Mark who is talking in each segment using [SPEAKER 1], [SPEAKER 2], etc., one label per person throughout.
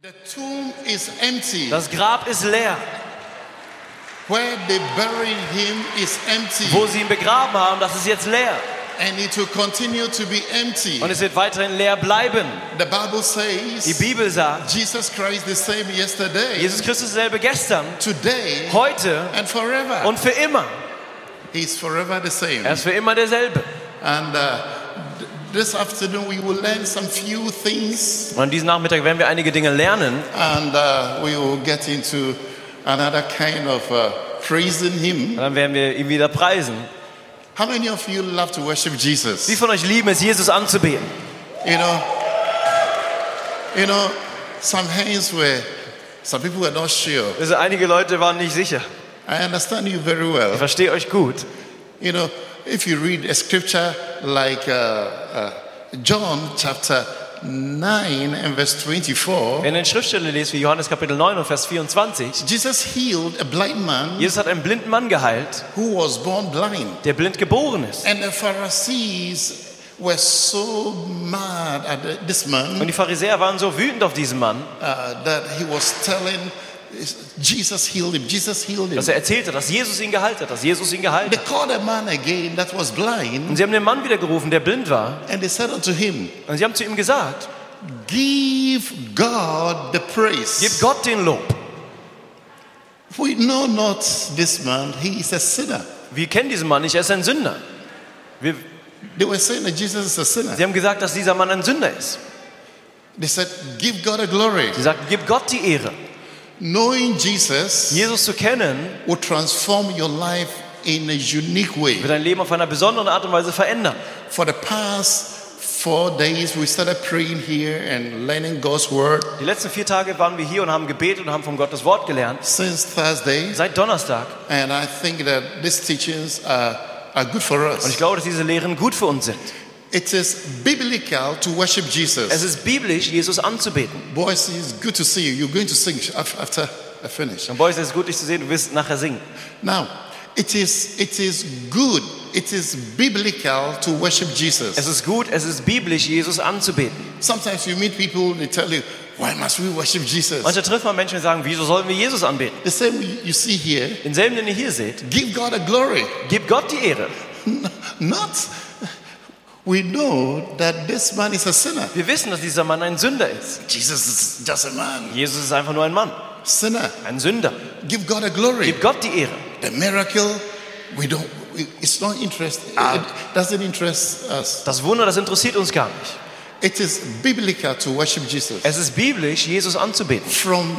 [SPEAKER 1] The tomb is empty.
[SPEAKER 2] Das Grab ist leer.
[SPEAKER 1] Where they buried him is empty.
[SPEAKER 2] Wo sie ihn begraben haben, das ist jetzt leer.
[SPEAKER 1] And it will continue to be empty.
[SPEAKER 2] Und es wird weiterhin leer bleiben.
[SPEAKER 1] The Bible
[SPEAKER 2] Die
[SPEAKER 1] says
[SPEAKER 2] Bibel sagt,
[SPEAKER 1] Jesus Christ the same yesterday,
[SPEAKER 2] Jesus Christus ist derselbe gestern,
[SPEAKER 1] today,
[SPEAKER 2] heute
[SPEAKER 1] and forever.
[SPEAKER 2] und für immer.
[SPEAKER 1] He's forever the same.
[SPEAKER 2] Er ist für immer derselbe.
[SPEAKER 1] And uh, th- this afternoon we will learn some few things
[SPEAKER 2] Und diesen Nachmittag werden wir einige Dinge lernen
[SPEAKER 1] and uh, we will get into another kind of uh, praising
[SPEAKER 2] und
[SPEAKER 1] him.
[SPEAKER 2] dann werden wir ihn wieder preisen.
[SPEAKER 1] How many of you love to worship Jesus?
[SPEAKER 2] Wie von euch lieben es, Jesus anzubeten?
[SPEAKER 1] You know, you know, some hands were, some people were not sure.
[SPEAKER 2] Also einige Leute waren nicht sicher.
[SPEAKER 1] I understand you very
[SPEAKER 2] Ich
[SPEAKER 1] well.
[SPEAKER 2] verstehe euch gut.
[SPEAKER 1] You know, if you read a scripture like uh, uh, John chapter 9 and verse 24,
[SPEAKER 2] Wenn ihr in Schriftstelle lest wie Johannes Kapitel 9 und Vers 24,
[SPEAKER 1] Jesus healed a blind man
[SPEAKER 2] Jesus hat einen blinden Mann geheilt,
[SPEAKER 1] who was born blind.
[SPEAKER 2] der blind geboren ist.
[SPEAKER 1] And the Pharisees were so mad at the- this
[SPEAKER 2] Und
[SPEAKER 1] man
[SPEAKER 2] die Pharisäer waren so wütend auf diesen Mann,
[SPEAKER 1] uh, that he was telling Jesus healed him, Jesus healed him.
[SPEAKER 2] dass er erzählte, dass Jesus ihn geheilt hat, dass Jesus ihn
[SPEAKER 1] They
[SPEAKER 2] geheilt hat.
[SPEAKER 1] called a man again that was blind,
[SPEAKER 2] Und sie haben den Mann wiedergerufen, der blind war.
[SPEAKER 1] and they said unto him,
[SPEAKER 2] Und sie haben zu ihm gesagt,
[SPEAKER 1] Give God the
[SPEAKER 2] gib
[SPEAKER 1] praise.
[SPEAKER 2] Gott den Lob.
[SPEAKER 1] We know not this man, he is a sinner.
[SPEAKER 2] Wir kennen diesen Mann nicht, er ist ein Sünder. Wir,
[SPEAKER 1] They were saying that Jesus is a sinner.
[SPEAKER 2] sie haben gesagt, dass dieser Mann ein Sünder ist.
[SPEAKER 1] They said, Give God the glory.
[SPEAKER 2] Sie sagten, gib Gott die Ehre.
[SPEAKER 1] Knowing Jesus
[SPEAKER 2] Jesus zu kennen,
[SPEAKER 1] will transform your life in a unique way.
[SPEAKER 2] wird dein Leben auf einer besonderen Art und Weise verändern.
[SPEAKER 1] For the past four days, we started praying here and learning God's word
[SPEAKER 2] Die letzten vier Tage waren wir hier und haben gebetet und haben von Gottes Wort gelernt.
[SPEAKER 1] since Thursday.
[SPEAKER 2] Seit Donnerstag.
[SPEAKER 1] And I think that these teachings are, are good for
[SPEAKER 2] Und ich
[SPEAKER 1] us.
[SPEAKER 2] glaube, dass diese Lehren gut für uns sind.
[SPEAKER 1] It is biblical to worship
[SPEAKER 2] Es
[SPEAKER 1] Jesus.
[SPEAKER 2] ist biblisch, Jesus anzubeten.
[SPEAKER 1] Boys, it's good to see you. You're going to sing af- after I finish.
[SPEAKER 2] Und Boys, es ist gut, dich zu sehen. Du wirst nachher singen.
[SPEAKER 1] Now, it is, it is good, it is biblical to worship
[SPEAKER 2] Es
[SPEAKER 1] Jesus.
[SPEAKER 2] ist gut, es ist biblisch, Jesus anzubeten.
[SPEAKER 1] Sometimes you meet people, they tell you, why must we worship Jesus?
[SPEAKER 2] Manchmal trifft man Menschen, die sagen, wieso sollen wir Jesus anbeten?
[SPEAKER 1] The same you see here,
[SPEAKER 2] Denselben, den ihr hier seht,
[SPEAKER 1] give God a glory.
[SPEAKER 2] gib Gott die Ehre.
[SPEAKER 1] Not, we know that this man is a sinner.
[SPEAKER 2] Wir wissen, dass dieser Mann ein Sünder ist.
[SPEAKER 1] Jesus is just a man.
[SPEAKER 2] Jesus ist einfach nur ein Mann,
[SPEAKER 1] Sinner.
[SPEAKER 2] ein Sünder.
[SPEAKER 1] Give God a glory.
[SPEAKER 2] Gib Gott die Ehre.
[SPEAKER 1] The miracle, we don't, we- it's not interest, it doesn't interest us.
[SPEAKER 2] Das Wunder, das interessiert uns gar nicht.
[SPEAKER 1] It is biblical to worship Jesus.
[SPEAKER 2] Es ist biblisch, Jesus anzubeten.
[SPEAKER 1] From,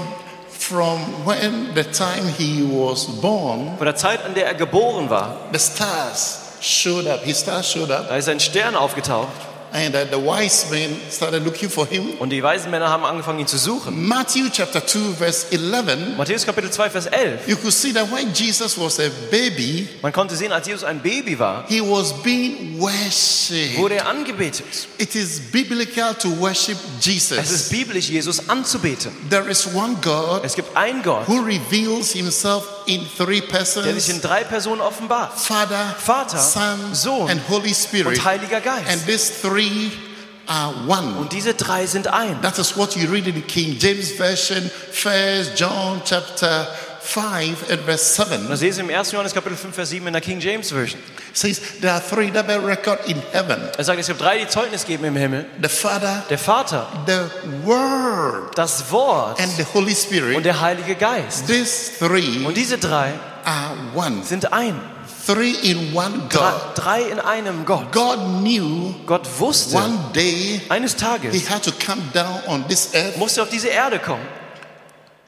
[SPEAKER 1] from when the time he was born,
[SPEAKER 2] Von der Zeit, an der er geboren war,
[SPEAKER 1] the stars showed up. His stars showed up.
[SPEAKER 2] da ist ein Stern aufgetaucht
[SPEAKER 1] And uh, the wise men started looking for him.
[SPEAKER 2] und die weisen Männer haben angefangen, ihn zu suchen.
[SPEAKER 1] Matthew chapter 2, verse 11.
[SPEAKER 2] Matthäus Kapitel 2, Vers 11.
[SPEAKER 1] You could see that when Jesus was a baby,
[SPEAKER 2] Man konnte sehen, als Jesus ein Baby war,
[SPEAKER 1] he was being worshipped.
[SPEAKER 2] wurde er angebetet.
[SPEAKER 1] It is biblical to worship
[SPEAKER 2] Es
[SPEAKER 1] Jesus.
[SPEAKER 2] ist biblisch, Jesus anzubeten.
[SPEAKER 1] There is one God
[SPEAKER 2] Es gibt einen Gott,
[SPEAKER 1] who reveals himself in three
[SPEAKER 2] der sich in
[SPEAKER 1] persons
[SPEAKER 2] drei Personen offenbart.
[SPEAKER 1] Father,
[SPEAKER 2] Vater,
[SPEAKER 1] Son,
[SPEAKER 2] Sohn
[SPEAKER 1] and Holy Spirit.
[SPEAKER 2] und Heiliger
[SPEAKER 1] And
[SPEAKER 2] Geist.
[SPEAKER 1] these three are one.
[SPEAKER 2] Und diese drei sind ein.
[SPEAKER 1] That is what you read in the King James Version, First John chapter 5 and verse
[SPEAKER 2] Und
[SPEAKER 1] 7.
[SPEAKER 2] das lesen wir im 1. Johannes Kapitel 5, Vers 7 in der King James Version.
[SPEAKER 1] It says there are three that bear record in heaven.
[SPEAKER 2] Er sagt, es gibt drei, die Zeugnis geben im Himmel.
[SPEAKER 1] The Father,
[SPEAKER 2] Der Vater,
[SPEAKER 1] the Word,
[SPEAKER 2] das Wort
[SPEAKER 1] and the Holy
[SPEAKER 2] und
[SPEAKER 1] Spirit.
[SPEAKER 2] der Heilige Geist.
[SPEAKER 1] These three
[SPEAKER 2] Und diese drei
[SPEAKER 1] are one.
[SPEAKER 2] sind ein.
[SPEAKER 1] Three in one God.
[SPEAKER 2] Drei, drei in einem Gott.
[SPEAKER 1] God knew
[SPEAKER 2] Gott wusste,
[SPEAKER 1] one day
[SPEAKER 2] eines
[SPEAKER 1] he
[SPEAKER 2] Tages
[SPEAKER 1] had to come down on this earth
[SPEAKER 2] musste er auf diese Erde kommen,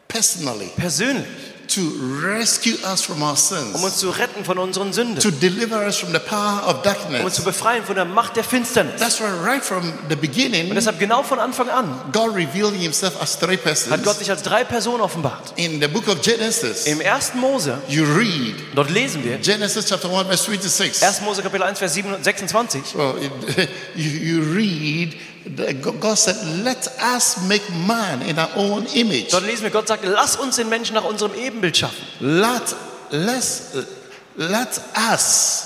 [SPEAKER 1] personally
[SPEAKER 2] persönlich,
[SPEAKER 1] to rescue us from our
[SPEAKER 2] um
[SPEAKER 1] sins,
[SPEAKER 2] uns zu retten von unseren Sünden,
[SPEAKER 1] to deliver us from the power of
[SPEAKER 2] um uns zu
[SPEAKER 1] darkness.
[SPEAKER 2] befreien von der Macht der Finsternis.
[SPEAKER 1] That's why right from the
[SPEAKER 2] Und
[SPEAKER 1] beginning,
[SPEAKER 2] deshalb genau von Anfang an
[SPEAKER 1] God revealed himself as three
[SPEAKER 2] hat Gott
[SPEAKER 1] persons.
[SPEAKER 2] sich als drei Personen offenbart.
[SPEAKER 1] In the book of Genesis,
[SPEAKER 2] Im 1. Mose,
[SPEAKER 1] you read
[SPEAKER 2] dort lesen wir,
[SPEAKER 1] Genesis chapter 1 verse 26.
[SPEAKER 2] 1. Mose Kapitel 1, Vers 7 26,
[SPEAKER 1] Well, Oh, it, you, you read, that Go- God said, Let us make man in our own image.
[SPEAKER 2] dort lesen wir, Gott sagt, lass uns den Menschen nach unserem Ebenbild schaffen.
[SPEAKER 1] Let, let's, let us.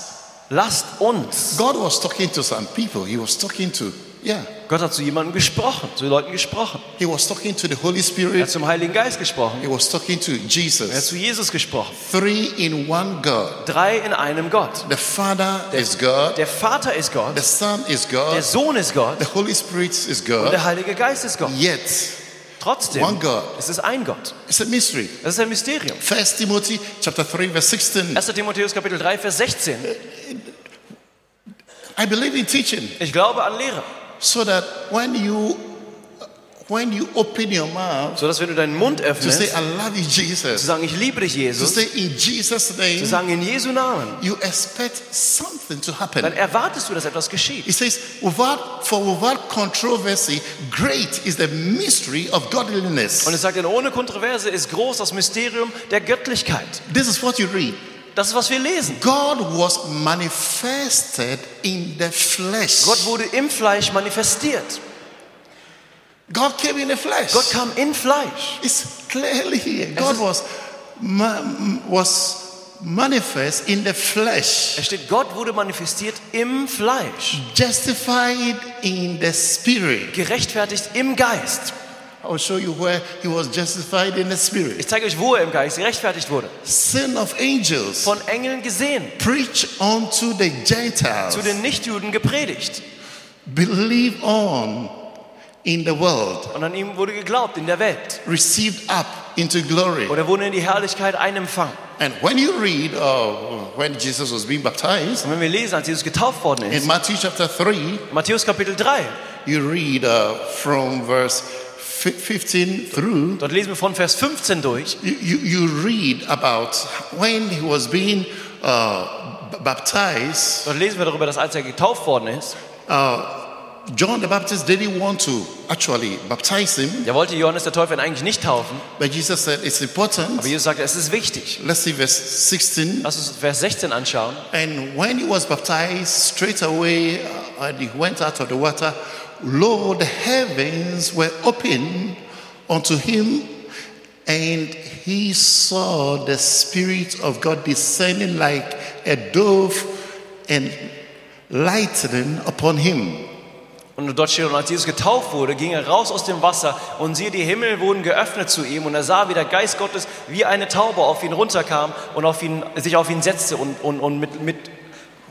[SPEAKER 2] Lasst uns.
[SPEAKER 1] God was talking to some people. He was talking to, yeah.
[SPEAKER 2] Gott hat zu jemandem gesprochen, zu Leuten gesprochen.
[SPEAKER 1] He was talking to the Holy
[SPEAKER 2] Er hat
[SPEAKER 1] Spirit.
[SPEAKER 2] zum Heiligen Geist gesprochen.
[SPEAKER 1] He was talking to
[SPEAKER 2] Er hat
[SPEAKER 1] Jesus.
[SPEAKER 2] zu Jesus gesprochen.
[SPEAKER 1] Three in one God.
[SPEAKER 2] Drei in einem Gott.
[SPEAKER 1] The Father is God.
[SPEAKER 2] Der Vater ist
[SPEAKER 1] The
[SPEAKER 2] Gott,
[SPEAKER 1] Son is
[SPEAKER 2] der
[SPEAKER 1] God.
[SPEAKER 2] Sohn ist Gott
[SPEAKER 1] The Holy Spirit is
[SPEAKER 2] und
[SPEAKER 1] God.
[SPEAKER 2] der Heilige Geist ist Gott.
[SPEAKER 1] Yet One
[SPEAKER 2] Trotzdem
[SPEAKER 1] God.
[SPEAKER 2] ist es ein Gott.
[SPEAKER 1] it's a mystery.
[SPEAKER 2] Das ist ein Mysterium.
[SPEAKER 1] First Timothy chapter three verse sixteen.
[SPEAKER 2] 1. Timotheus Kapitel 3, Vers 16.
[SPEAKER 1] I believe in teaching
[SPEAKER 2] Ich glaube an Lehre,
[SPEAKER 1] so that when you when you open your mouth
[SPEAKER 2] sodass wenn du deinen Mund
[SPEAKER 1] to say
[SPEAKER 2] öffnest,
[SPEAKER 1] I love you
[SPEAKER 2] zu
[SPEAKER 1] Jesus,
[SPEAKER 2] sagen, ich liebe dich,
[SPEAKER 1] to
[SPEAKER 2] Jesus,
[SPEAKER 1] say in Jesus
[SPEAKER 2] zu
[SPEAKER 1] name,
[SPEAKER 2] sagen, in Jesu Namen,
[SPEAKER 1] you expect something to
[SPEAKER 2] dann
[SPEAKER 1] happen.
[SPEAKER 2] erwartest du, dass etwas geschieht.
[SPEAKER 1] It says, without, for without controversy, great is the mystery of godliness.
[SPEAKER 2] Und es sagt, denn ohne Kontroverse ist groß das Mysterium der Göttlichkeit.
[SPEAKER 1] This is what you read.
[SPEAKER 2] Das ist, was wir lesen.
[SPEAKER 1] God was manifested in the flesh.
[SPEAKER 2] Gott wurde im Fleisch manifestiert.
[SPEAKER 1] God came in the flesh.
[SPEAKER 2] Gott kam in Fleisch.
[SPEAKER 1] It's clearly here. God
[SPEAKER 2] is-
[SPEAKER 1] was ma- was manifest in the flesh,
[SPEAKER 2] Es steht, Gott wurde manifestiert im Fleisch.
[SPEAKER 1] justified in the spirit.
[SPEAKER 2] Gerechtfertigt im Geist.
[SPEAKER 1] I will show you where he was justified in the
[SPEAKER 2] Ich
[SPEAKER 1] spirit.
[SPEAKER 2] zeige euch, wo er im Geist gerechtfertigt wurde.
[SPEAKER 1] Sin of angels.
[SPEAKER 2] Von Engeln gesehen.
[SPEAKER 1] Preach unto the Gentiles.
[SPEAKER 2] Zu den Nichtjuden gepredigt.
[SPEAKER 1] Believe on in the world.
[SPEAKER 2] Und an ihm wurde geglaubt in der Welt.
[SPEAKER 1] Received up into glory.
[SPEAKER 2] Und er wurde in die Herrlichkeit einempfangen.
[SPEAKER 1] And when you read oh, when Jesus was being baptized
[SPEAKER 2] Und wenn wir lesen, als Jesus getauft worden ist,
[SPEAKER 1] in Matthew chapter 3,
[SPEAKER 2] Matthäus Kapitel 3,
[SPEAKER 1] you read uh, from verse fi- 15 through,
[SPEAKER 2] dort lesen wir von Vers 15 durch,
[SPEAKER 1] you, you, you read about when he was being uh, b- baptized,
[SPEAKER 2] dort lesen wir darüber, dass als er getauft worden ist,
[SPEAKER 1] John the Baptist didn't want to actually baptize him,
[SPEAKER 2] der wollte Johannes der Täufer ihn eigentlich nicht taufen,
[SPEAKER 1] but Jesus said it's
[SPEAKER 2] aber
[SPEAKER 1] important.
[SPEAKER 2] Jesus sagte, es ist wichtig.
[SPEAKER 1] Let's see verse 16.
[SPEAKER 2] Lass uns Vers 16 anschauen.
[SPEAKER 1] And when he was baptized, straight away, uh, and he went out of the water, lo, the heavens were open unto him, and he saw the Spirit of God descending like a dove and lightning upon him.
[SPEAKER 2] Und dort steht, und als Jesus getauft wurde, ging er raus aus dem Wasser und siehe, die Himmel wurden geöffnet zu ihm und er sah, wie der Geist Gottes wie eine Taube auf ihn runterkam und auf ihn, sich auf ihn setzte und, und, und mit, mit,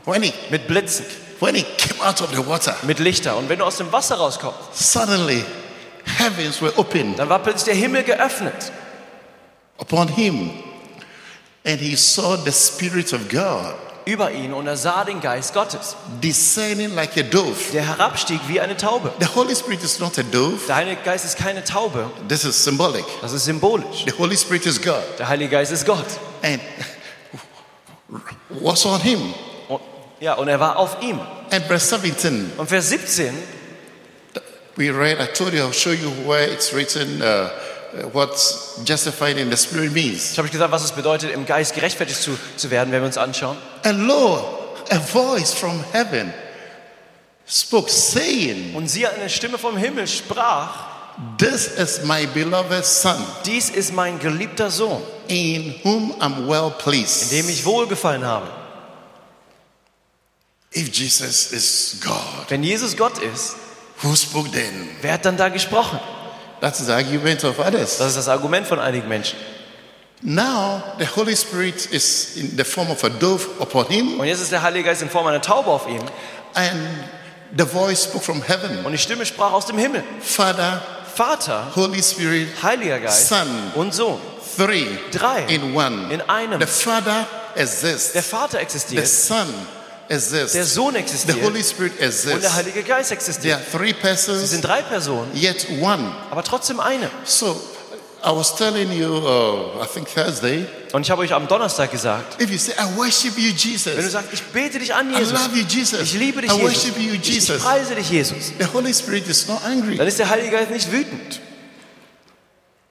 [SPEAKER 1] When he,
[SPEAKER 2] mit Blitzen,
[SPEAKER 1] when he came out of the water,
[SPEAKER 2] mit Lichter. Und wenn du aus dem Wasser rauskommst,
[SPEAKER 1] suddenly heavens were opened
[SPEAKER 2] dann war plötzlich der Himmel geöffnet
[SPEAKER 1] upon him, and he saw the Spirit of God
[SPEAKER 2] über ihn und er sah den Geist Gottes,
[SPEAKER 1] descending like a dove.
[SPEAKER 2] der herabstieg wie eine Taube.
[SPEAKER 1] The Holy Spirit is not a dove.
[SPEAKER 2] Der Heilige Geist ist keine Taube,
[SPEAKER 1] This is symbolic.
[SPEAKER 2] das ist symbolisch.
[SPEAKER 1] The Holy Spirit is God.
[SPEAKER 2] Der Heilige Geist ist Gott.
[SPEAKER 1] And what's on him?
[SPEAKER 2] Und, ja, und er war auf ihm.
[SPEAKER 1] And verse 17,
[SPEAKER 2] Und Vers 17,
[SPEAKER 1] we read, I told you, I'll show you where it's written, uh, what justified in the Spirit means.
[SPEAKER 2] ich habe euch gesagt, was es bedeutet, im Geist gerechtfertigt zu, zu werden, wenn wir uns anschauen.
[SPEAKER 1] And lo, a voice from heaven spoke, saying,
[SPEAKER 2] Und sie eine Stimme vom Himmel sprach,
[SPEAKER 1] This is my beloved Son,
[SPEAKER 2] dies ist mein geliebter Sohn,
[SPEAKER 1] in whom I'm well
[SPEAKER 2] in
[SPEAKER 1] pleased.
[SPEAKER 2] dem ich wohlgefallen habe.
[SPEAKER 1] If Jesus is God,
[SPEAKER 2] Wenn Jesus Gott ist,
[SPEAKER 1] who spoke then?
[SPEAKER 2] wer hat dann da gesprochen?
[SPEAKER 1] That's the argument of others.
[SPEAKER 2] Das ist das Argument von einigen Menschen.
[SPEAKER 1] Now the Holy Spirit is in the form of a dove upon him,
[SPEAKER 2] Und jetzt ist der Heilige Geist in Form einer Taube auf ihm
[SPEAKER 1] and the voice spoke from heaven
[SPEAKER 2] und die Stimme sprach aus dem Himmel.
[SPEAKER 1] Father,
[SPEAKER 2] Vater,
[SPEAKER 1] Holy Spirit,
[SPEAKER 2] Heiliger Geist
[SPEAKER 1] Son.
[SPEAKER 2] und Sohn.
[SPEAKER 1] three
[SPEAKER 2] Drei.
[SPEAKER 1] in one.
[SPEAKER 2] In einem.
[SPEAKER 1] The Father
[SPEAKER 2] Der
[SPEAKER 1] exists,
[SPEAKER 2] Vater
[SPEAKER 1] the
[SPEAKER 2] existiert,
[SPEAKER 1] Son
[SPEAKER 2] der
[SPEAKER 1] exists,
[SPEAKER 2] Sohn
[SPEAKER 1] the
[SPEAKER 2] existiert
[SPEAKER 1] Holy Spirit
[SPEAKER 2] und der
[SPEAKER 1] exists.
[SPEAKER 2] Heilige Geist
[SPEAKER 1] There
[SPEAKER 2] existiert.
[SPEAKER 1] are three
[SPEAKER 2] Sie
[SPEAKER 1] persons,
[SPEAKER 2] sind drei Personen,
[SPEAKER 1] yet one.
[SPEAKER 2] aber trotzdem eine.
[SPEAKER 1] So I was telling you, uh, I think Thursday,
[SPEAKER 2] Und ich habe euch am Donnerstag gesagt,
[SPEAKER 1] if you say, I worship you,
[SPEAKER 2] wenn du
[SPEAKER 1] Jesus,
[SPEAKER 2] sagst, ich bete dich an,
[SPEAKER 1] I
[SPEAKER 2] Jesus,
[SPEAKER 1] love you, Jesus,
[SPEAKER 2] ich liebe dich,
[SPEAKER 1] I worship you,
[SPEAKER 2] Jesus, ich, ich
[SPEAKER 1] Jesus,
[SPEAKER 2] preise dich, Jesus,
[SPEAKER 1] the Holy Spirit is not angry.
[SPEAKER 2] dann ist der Heilige Geist nicht wütend.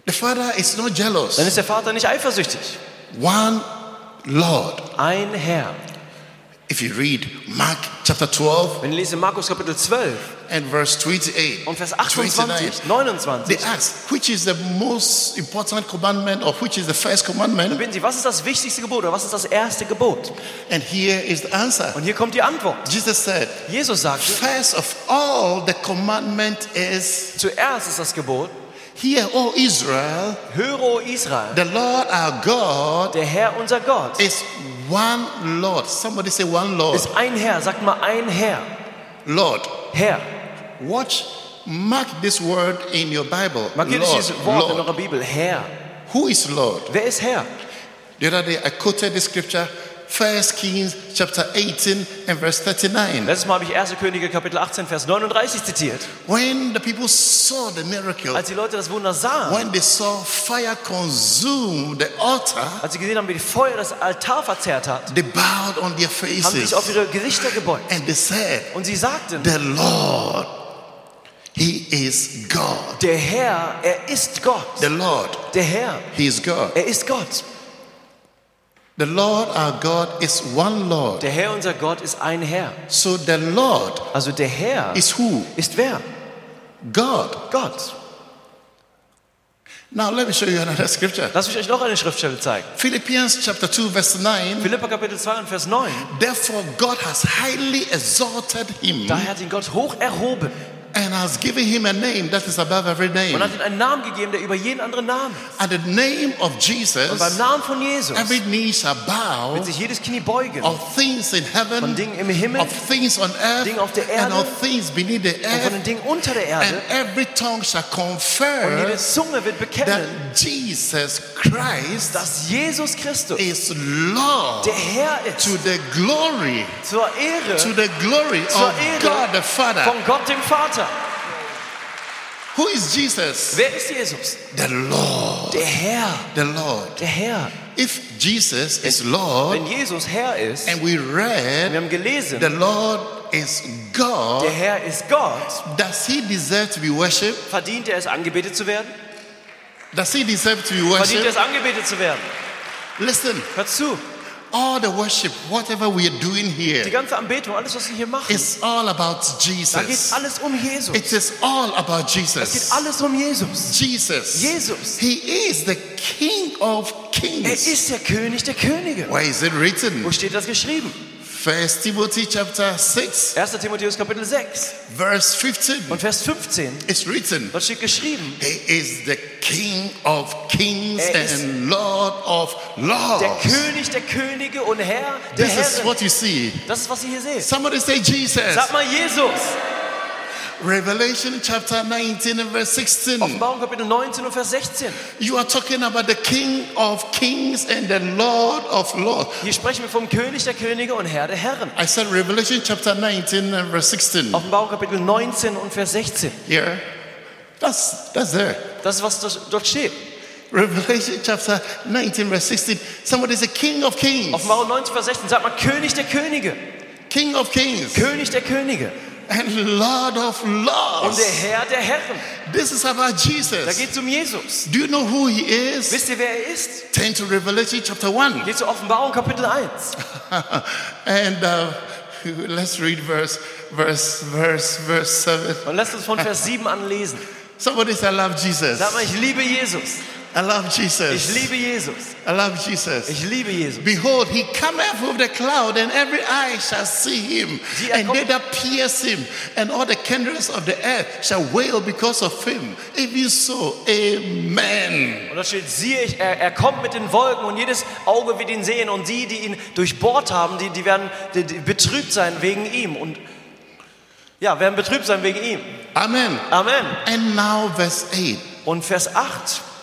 [SPEAKER 1] The Father is not jealous.
[SPEAKER 2] Dann ist der Vater nicht eifersüchtig.
[SPEAKER 1] One Lord.
[SPEAKER 2] Ein Herr.
[SPEAKER 1] If you read Mark chapter 12
[SPEAKER 2] Wenn ihr lest in Markus Kapitel 12
[SPEAKER 1] and verse 28,
[SPEAKER 2] und Vers
[SPEAKER 1] 29,
[SPEAKER 2] 28,
[SPEAKER 1] they
[SPEAKER 2] 29,
[SPEAKER 1] ask, which is the most important commandment or which is the first commandment?
[SPEAKER 2] bitten sie, was ist das wichtigste Gebot oder was ist das erste Gebot?
[SPEAKER 1] And here is the answer.
[SPEAKER 2] Und hier kommt die Antwort.
[SPEAKER 1] Jesus said,
[SPEAKER 2] Jesus sagte,
[SPEAKER 1] First of all, the commandment is,
[SPEAKER 2] zuerst ist das Gebot,
[SPEAKER 1] Hear, O Israel,
[SPEAKER 2] höre, o Israel,
[SPEAKER 1] the Lord our God
[SPEAKER 2] der Herr, unser Gott,
[SPEAKER 1] is one Lord. Somebody say one Lord.
[SPEAKER 2] ist ein Herr, sagt mal ein Herr,
[SPEAKER 1] Lord.
[SPEAKER 2] Herr.
[SPEAKER 1] Watch, mark this word in your Bible.
[SPEAKER 2] Markiert euch
[SPEAKER 1] Lord,
[SPEAKER 2] dieses Wort in
[SPEAKER 1] Lord.
[SPEAKER 2] eurer Bibel, Herr.
[SPEAKER 1] Who is Lord?
[SPEAKER 2] Wer ist Herr?
[SPEAKER 1] The other day I quoted the scripture, First Kings chapter 18 and verse 39.
[SPEAKER 2] Letztes Mal habe ich 1. Könige Kapitel 18, Vers 39 zitiert.
[SPEAKER 1] When the people saw the miracle,
[SPEAKER 2] Als die Leute das Wunder sahen,
[SPEAKER 1] when they saw fire consume the altar,
[SPEAKER 2] als sie gesehen haben, wie Feuer das Altar verzerrt hat,
[SPEAKER 1] they bowed on their
[SPEAKER 2] haben sie
[SPEAKER 1] faces
[SPEAKER 2] sich auf ihre Gesichter gebeugt.
[SPEAKER 1] and they said,
[SPEAKER 2] Und sie sagten,
[SPEAKER 1] The Lord, He is God.
[SPEAKER 2] der Herr, er ist Gott.
[SPEAKER 1] The Lord,
[SPEAKER 2] Der Herr,
[SPEAKER 1] He is God.
[SPEAKER 2] er ist Gott.
[SPEAKER 1] The Lord our God is one Lord.
[SPEAKER 2] Der Herr, unser Gott, ist ein Herr.
[SPEAKER 1] So the Lord
[SPEAKER 2] Also der Herr
[SPEAKER 1] is who?
[SPEAKER 2] ist wer?
[SPEAKER 1] God.
[SPEAKER 2] Gott.
[SPEAKER 1] Now let me show you another scripture.
[SPEAKER 2] Lass mich euch noch eine Schriftstelle zeigen.
[SPEAKER 1] Philippians chapter 2 verse 9.
[SPEAKER 2] Philippa Kapitel 2 und Vers 9.
[SPEAKER 1] Therefore God has highly exalted him
[SPEAKER 2] Daher hat ihn Gott hoch erhoben
[SPEAKER 1] and has given him a name that is above every name.
[SPEAKER 2] und hat ihm einen Namen gegeben, der über jeden anderen Namen. ist.
[SPEAKER 1] At the name of
[SPEAKER 2] Und beim
[SPEAKER 1] Jesus,
[SPEAKER 2] Namen von Jesus
[SPEAKER 1] every knee shall bow
[SPEAKER 2] wird sich jedes Knie beugen.
[SPEAKER 1] of things in
[SPEAKER 2] Von
[SPEAKER 1] heaven,
[SPEAKER 2] Dingen im Himmel
[SPEAKER 1] of
[SPEAKER 2] und
[SPEAKER 1] things on earth,
[SPEAKER 2] Dingen auf der
[SPEAKER 1] and
[SPEAKER 2] Erde.
[SPEAKER 1] of things beneath the
[SPEAKER 2] von
[SPEAKER 1] earth.
[SPEAKER 2] den Dingen unter der
[SPEAKER 1] And
[SPEAKER 2] Erde.
[SPEAKER 1] every tongue shall
[SPEAKER 2] Und jede
[SPEAKER 1] confess
[SPEAKER 2] Zunge wird bekennen,
[SPEAKER 1] that Jesus Christ
[SPEAKER 2] dass Jesus Christus
[SPEAKER 1] is Lord
[SPEAKER 2] der Herr
[SPEAKER 1] to
[SPEAKER 2] ist.
[SPEAKER 1] the glory,
[SPEAKER 2] Zur Ehre
[SPEAKER 1] to the glory
[SPEAKER 2] Zur
[SPEAKER 1] of
[SPEAKER 2] Ehre
[SPEAKER 1] God the Father.
[SPEAKER 2] von Gott dem Vater.
[SPEAKER 1] Who is Jesus?
[SPEAKER 2] Wer ist Jesus?
[SPEAKER 1] The Lord.
[SPEAKER 2] Der Herr.
[SPEAKER 1] The Lord.
[SPEAKER 2] Der Herr.
[SPEAKER 1] If Jesus is Lord,
[SPEAKER 2] Wenn Jesus Herr ist,
[SPEAKER 1] and we
[SPEAKER 2] wir
[SPEAKER 1] read
[SPEAKER 2] haben gelesen,
[SPEAKER 1] the Lord is
[SPEAKER 2] der
[SPEAKER 1] God,
[SPEAKER 2] Herr ist Gott,
[SPEAKER 1] does he deserve to be worshipped?
[SPEAKER 2] verdient er es, angebetet zu werden?
[SPEAKER 1] Does he deserve to be
[SPEAKER 2] Verdient er
[SPEAKER 1] worshipped?
[SPEAKER 2] es, angebetet zu werden?
[SPEAKER 1] Listen,
[SPEAKER 2] Hört zu,
[SPEAKER 1] all the worship, whatever we are doing
[SPEAKER 2] die
[SPEAKER 1] here,
[SPEAKER 2] ganze Anbetung, alles, was wir hier machen,
[SPEAKER 1] it's all about
[SPEAKER 2] da geht
[SPEAKER 1] Jesus.
[SPEAKER 2] alles um Jesus.
[SPEAKER 1] It is all about
[SPEAKER 2] Es geht
[SPEAKER 1] Jesus.
[SPEAKER 2] alles um Jesus.
[SPEAKER 1] Jesus.
[SPEAKER 2] Jesus.
[SPEAKER 1] He is the King of
[SPEAKER 2] Er
[SPEAKER 1] Kings.
[SPEAKER 2] ist der König der Könige.
[SPEAKER 1] Where is it written?
[SPEAKER 2] Wo steht das geschrieben?
[SPEAKER 1] First Timothy chapter 6,
[SPEAKER 2] 1. Timotheus Kapitel 6
[SPEAKER 1] verse 15.
[SPEAKER 2] und Vers 15.
[SPEAKER 1] It's written,
[SPEAKER 2] Dort steht geschrieben,
[SPEAKER 1] He is the King of Kings
[SPEAKER 2] Er ist-
[SPEAKER 1] and Lord of
[SPEAKER 2] der
[SPEAKER 1] Lords.
[SPEAKER 2] König der Könige und Herr der
[SPEAKER 1] This is
[SPEAKER 2] Herren.
[SPEAKER 1] Oh. what you see.
[SPEAKER 2] Das ist, was ihr hier seht.
[SPEAKER 1] Somebody say Jesus.
[SPEAKER 2] Sag mal Jesus.
[SPEAKER 1] Revelation chapter 19 and verse 16.
[SPEAKER 2] Offenbarung Kapitel 19 und Vers 16.
[SPEAKER 1] You are talking about the King of Kings and the Lord of Lords.
[SPEAKER 2] Hier sprechen wir vom König der Könige und Herr der Herren.
[SPEAKER 1] I said Revelation chapter 19 and verse 16.
[SPEAKER 2] Offenbarung Kapitel 19 und Vers 16.
[SPEAKER 1] Here. That's that's there.
[SPEAKER 2] Das ist, was das- dort steht.
[SPEAKER 1] Revelation chapter 19, verse 16. Somebody say King of Kings.
[SPEAKER 2] Offenbarung 19, Vers 16. Sag mal König der Könige.
[SPEAKER 1] King of Kings
[SPEAKER 2] König der Könige
[SPEAKER 1] and Lord of
[SPEAKER 2] und der
[SPEAKER 1] Lords.
[SPEAKER 2] Herr der Herren.
[SPEAKER 1] This is about
[SPEAKER 2] Da
[SPEAKER 1] Jesus.
[SPEAKER 2] geht es um Jesus.
[SPEAKER 1] Do you know who he is?
[SPEAKER 2] Wisst ihr, wer er ist?
[SPEAKER 1] Turn to Revelation chapter 1.
[SPEAKER 2] Geht zur Offenbarung Kapitel 1.
[SPEAKER 1] and uh, let's read verse, verse, verse, verse 7.
[SPEAKER 2] Und lasst uns von Vers 7 an lesen.
[SPEAKER 1] Somebody say, I love
[SPEAKER 2] Sag mal,
[SPEAKER 1] Jesus.
[SPEAKER 2] ich liebe Jesus.
[SPEAKER 1] I love
[SPEAKER 2] Ich
[SPEAKER 1] Jesus.
[SPEAKER 2] liebe Jesus.
[SPEAKER 1] I love Jesus.
[SPEAKER 2] Ich liebe Jesus.
[SPEAKER 1] Behold, he cometh with the cloud, and every eye shall see him,
[SPEAKER 2] Sie
[SPEAKER 1] and
[SPEAKER 2] erkommen-
[SPEAKER 1] they that pierce him, and all the kindreds of the earth shall wail because of him. Even so, amen.
[SPEAKER 2] Und da steht, siehe ich, er, er kommt mit den Wolken und jedes Auge wird ihn sehen und die, die ihn durchbohrt haben, die, die werden die, die betrübt sein wegen ihm und ja, werden betrübt sein wegen ihm.
[SPEAKER 1] Amen.
[SPEAKER 2] Amen.
[SPEAKER 1] And now, verse 8.
[SPEAKER 2] Und Vers 8,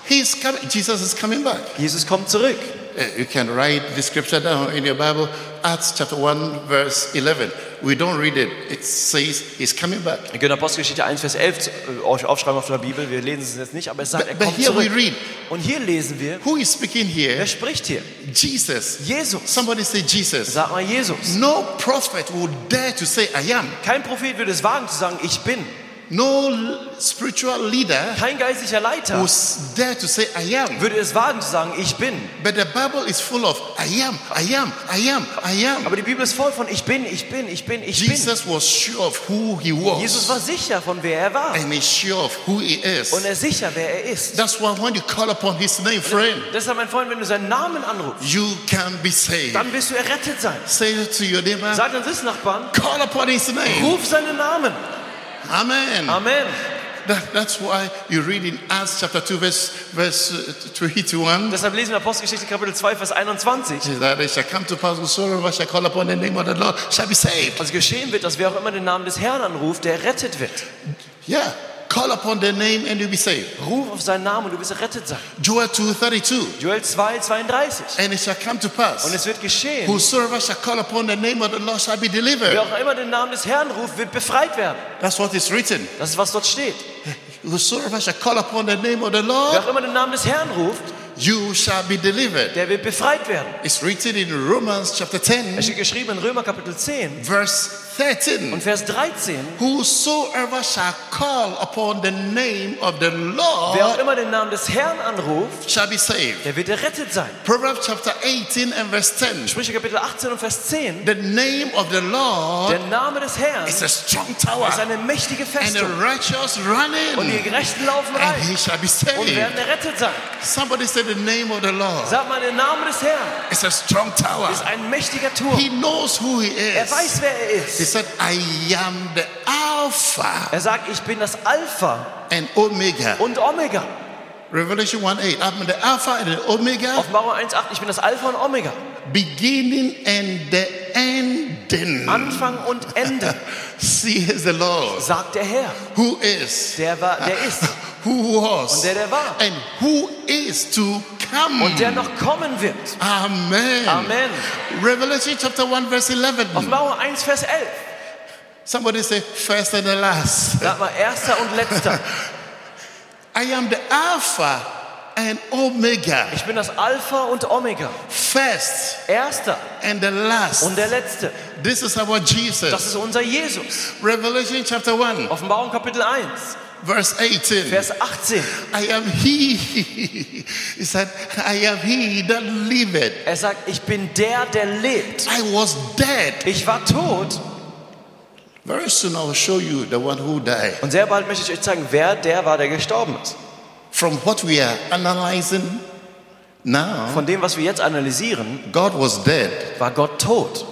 [SPEAKER 1] He's coming. Jesus is coming back.
[SPEAKER 2] Jesus kommt zurück.
[SPEAKER 1] Uh, You can write the scripture down in your Bible, Acts chapter 1, verse 11. We don't read it. It says he's coming back.
[SPEAKER 2] Ihr könnt Apostelgeschichte 1, Vers 11 zu- äh, euch aufschreiben auf der Bibel, wir lesen es jetzt nicht, aber es sagt, er
[SPEAKER 1] But, but
[SPEAKER 2] kommt
[SPEAKER 1] here we
[SPEAKER 2] zurück.
[SPEAKER 1] read,
[SPEAKER 2] Und hier lesen wir,
[SPEAKER 1] who is speaking
[SPEAKER 2] wer
[SPEAKER 1] here?
[SPEAKER 2] spricht hier?
[SPEAKER 1] Jesus.
[SPEAKER 2] Jesus.
[SPEAKER 1] Somebody say Jesus.
[SPEAKER 2] Sag mal Jesus.
[SPEAKER 1] No prophet would dare to say I am.
[SPEAKER 2] Kein Prophet würde es wagen zu sagen, ich bin.
[SPEAKER 1] No spiritual leader
[SPEAKER 2] Kein geistlicher Leiter
[SPEAKER 1] was there to say, I am.
[SPEAKER 2] würde es wagen zu sagen, ich bin.
[SPEAKER 1] But the Bible is full of, I am, I am, I am, I am.
[SPEAKER 2] Aber die Bibel ist voll von ich bin, ich bin, ich bin, ich bin.
[SPEAKER 1] Jesus was sure of who he was,
[SPEAKER 2] Jesus war sicher von wer er war
[SPEAKER 1] and he's sure of who he
[SPEAKER 2] und
[SPEAKER 1] is.
[SPEAKER 2] er ist sicher, wer er ist.
[SPEAKER 1] That's why when you call upon his name, friend,
[SPEAKER 2] Deshalb, mein Freund, wenn du seinen Namen anrufst,
[SPEAKER 1] you can be saved.
[SPEAKER 2] dann wirst du errettet sein.
[SPEAKER 1] Say to your neighbor,
[SPEAKER 2] Sag deinem Sitznachbarn,
[SPEAKER 1] call upon his name.
[SPEAKER 2] ruf seinen Namen.
[SPEAKER 1] Amen.
[SPEAKER 2] Amen.
[SPEAKER 1] That- that's why you read in Acts chapter 2, verse, verse uh, 21.
[SPEAKER 2] Deshalb lesen wir Apostelgeschichte Kapitel 2, Vers 21.
[SPEAKER 1] That it shall come to pass whosoever shall call upon the name of the Lord shall be saved.
[SPEAKER 2] Also geschehen wird, dass wer auch immer den Namen des Herrn anruft, der errettet wird.
[SPEAKER 1] Yeah. Call upon the name and you'll be saved.
[SPEAKER 2] Ruf auf seinen Namen und du wirst errettet sein.
[SPEAKER 1] Joel 2:32.
[SPEAKER 2] Joel 2, 32.
[SPEAKER 1] And it shall come to
[SPEAKER 2] Und
[SPEAKER 1] pass
[SPEAKER 2] es wird geschehen.
[SPEAKER 1] whosoever shall call upon the name of the Lord shall be
[SPEAKER 2] Wer
[SPEAKER 1] delivered.
[SPEAKER 2] auch immer den Namen des Herrn ruft, wird befreit werden.
[SPEAKER 1] That's what is written.
[SPEAKER 2] Das ist, was dort steht.
[SPEAKER 1] Whosoever shall call upon the name of the
[SPEAKER 2] Wer
[SPEAKER 1] Lord,
[SPEAKER 2] auch immer den Namen des Herrn ruft,
[SPEAKER 1] you shall be delivered.
[SPEAKER 2] der wird befreit werden.
[SPEAKER 1] It's written in Romans chapter
[SPEAKER 2] Es
[SPEAKER 1] 10,
[SPEAKER 2] steht geschrieben in Römer Kapitel 10
[SPEAKER 1] verse
[SPEAKER 2] und
[SPEAKER 1] 13.
[SPEAKER 2] Vers 13.
[SPEAKER 1] Whosoever shall call upon the name of the
[SPEAKER 2] Wer auch
[SPEAKER 1] Lord
[SPEAKER 2] immer den Namen des Herrn anruft,
[SPEAKER 1] shall be saved.
[SPEAKER 2] der wird errettet sein.
[SPEAKER 1] Proverbs chapter 18 and verse 10.
[SPEAKER 2] Sprüche Kapitel 18 und Vers 10.
[SPEAKER 1] The name of the
[SPEAKER 2] Der
[SPEAKER 1] Lord
[SPEAKER 2] Name des Herrn
[SPEAKER 1] is
[SPEAKER 2] ist
[SPEAKER 1] a strong tower,
[SPEAKER 2] eine mächtige
[SPEAKER 1] and the
[SPEAKER 2] Festung.
[SPEAKER 1] righteous run
[SPEAKER 2] Und die
[SPEAKER 1] in,
[SPEAKER 2] Gerechten laufen
[SPEAKER 1] and
[SPEAKER 2] rein
[SPEAKER 1] he shall be
[SPEAKER 2] und werden
[SPEAKER 1] saved.
[SPEAKER 2] errettet sein.
[SPEAKER 1] Somebody said, The name of the Lord
[SPEAKER 2] Sag mal, der Name des Herrn
[SPEAKER 1] is a strong tower.
[SPEAKER 2] ist ein mächtiger Turm.
[SPEAKER 1] He knows who he
[SPEAKER 2] Er
[SPEAKER 1] is.
[SPEAKER 2] weiß, wer er
[SPEAKER 1] He
[SPEAKER 2] ist.
[SPEAKER 1] said, I am the Alpha
[SPEAKER 2] Er sagt, ich bin das Alpha
[SPEAKER 1] and Omega.
[SPEAKER 2] und Omega.
[SPEAKER 1] Revelation 1 8. I'm the Alpha and the Omega,
[SPEAKER 2] Offenbarung 1,8, ich bin das Alpha und Omega.
[SPEAKER 1] beginning and the ending.
[SPEAKER 2] Anfang und Ende,
[SPEAKER 1] See is the Lord.
[SPEAKER 2] sagt der Herr.
[SPEAKER 1] Who is?
[SPEAKER 2] Der war, der ist
[SPEAKER 1] Who
[SPEAKER 2] und
[SPEAKER 1] was?
[SPEAKER 2] der, der war.
[SPEAKER 1] And who is to come?
[SPEAKER 2] Und der noch kommen wird.
[SPEAKER 1] Amen.
[SPEAKER 2] Amen.
[SPEAKER 1] Revelation chapter 1, verse 11.
[SPEAKER 2] Offenbarung 1, Vers 11.
[SPEAKER 1] Somebody say, first and the last.
[SPEAKER 2] Sag mal, erster und letzter.
[SPEAKER 1] I am the Alpha and Omega.
[SPEAKER 2] Ich bin das Alpha und Omega.
[SPEAKER 1] First
[SPEAKER 2] Erster
[SPEAKER 1] and the last.
[SPEAKER 2] und der Letzte.
[SPEAKER 1] This is our
[SPEAKER 2] Das
[SPEAKER 1] Jesus.
[SPEAKER 2] ist unser Jesus.
[SPEAKER 1] Revelation chapter 1,
[SPEAKER 2] Offenbarung Kapitel 1,
[SPEAKER 1] verse 18.
[SPEAKER 2] Vers 18.
[SPEAKER 1] I am He. He said, I am He that liveth.
[SPEAKER 2] Er sagt, ich bin der, der lebt.
[SPEAKER 1] I was dead.
[SPEAKER 2] Ich war tot.
[SPEAKER 1] Very soon I will show you the one who died.
[SPEAKER 2] Und sehr bald möchte ich euch zeigen, wer der war, der gestorben ist.
[SPEAKER 1] From what we are analyzing now,
[SPEAKER 2] Von dem, was wir jetzt analysieren,
[SPEAKER 1] God was dead
[SPEAKER 2] war Gott tot.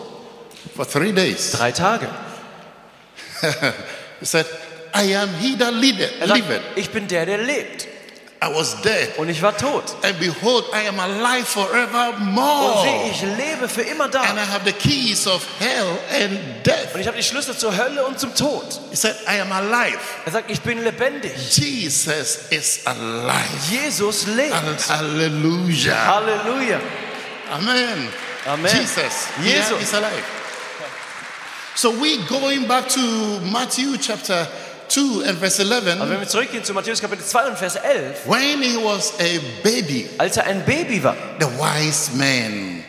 [SPEAKER 1] for three days.
[SPEAKER 2] Drei Tage.
[SPEAKER 1] He said, I am he that leadeth,
[SPEAKER 2] Er sagt,
[SPEAKER 1] liveth.
[SPEAKER 2] ich bin der, der lebt.
[SPEAKER 1] I was dead,
[SPEAKER 2] Und ich war tot.
[SPEAKER 1] and behold, I am alive
[SPEAKER 2] Und sehe,
[SPEAKER 1] forevermore.
[SPEAKER 2] ich lebe für immer da.
[SPEAKER 1] And I have the keys of hell and
[SPEAKER 2] Und
[SPEAKER 1] death.
[SPEAKER 2] ich habe die Schlüssel zur Hölle und zum Tod.
[SPEAKER 1] He said, I am alive.
[SPEAKER 2] Er sagt, ich bin lebendig.
[SPEAKER 1] Jesus is alive.
[SPEAKER 2] Jesus lebt.
[SPEAKER 1] Hallelujah.
[SPEAKER 2] Halleluja.
[SPEAKER 1] Amen.
[SPEAKER 2] Amen.
[SPEAKER 1] Jesus.
[SPEAKER 2] Jesus.
[SPEAKER 1] Yeah, is alive. So we going back to Matthew chapter 2 and verse
[SPEAKER 2] Aber
[SPEAKER 1] 11.
[SPEAKER 2] wenn wir zurückgehen zu Matthäus Kapitel 2 und Vers 11,
[SPEAKER 1] When he was a baby,
[SPEAKER 2] als er ein Baby war,
[SPEAKER 1] the wise men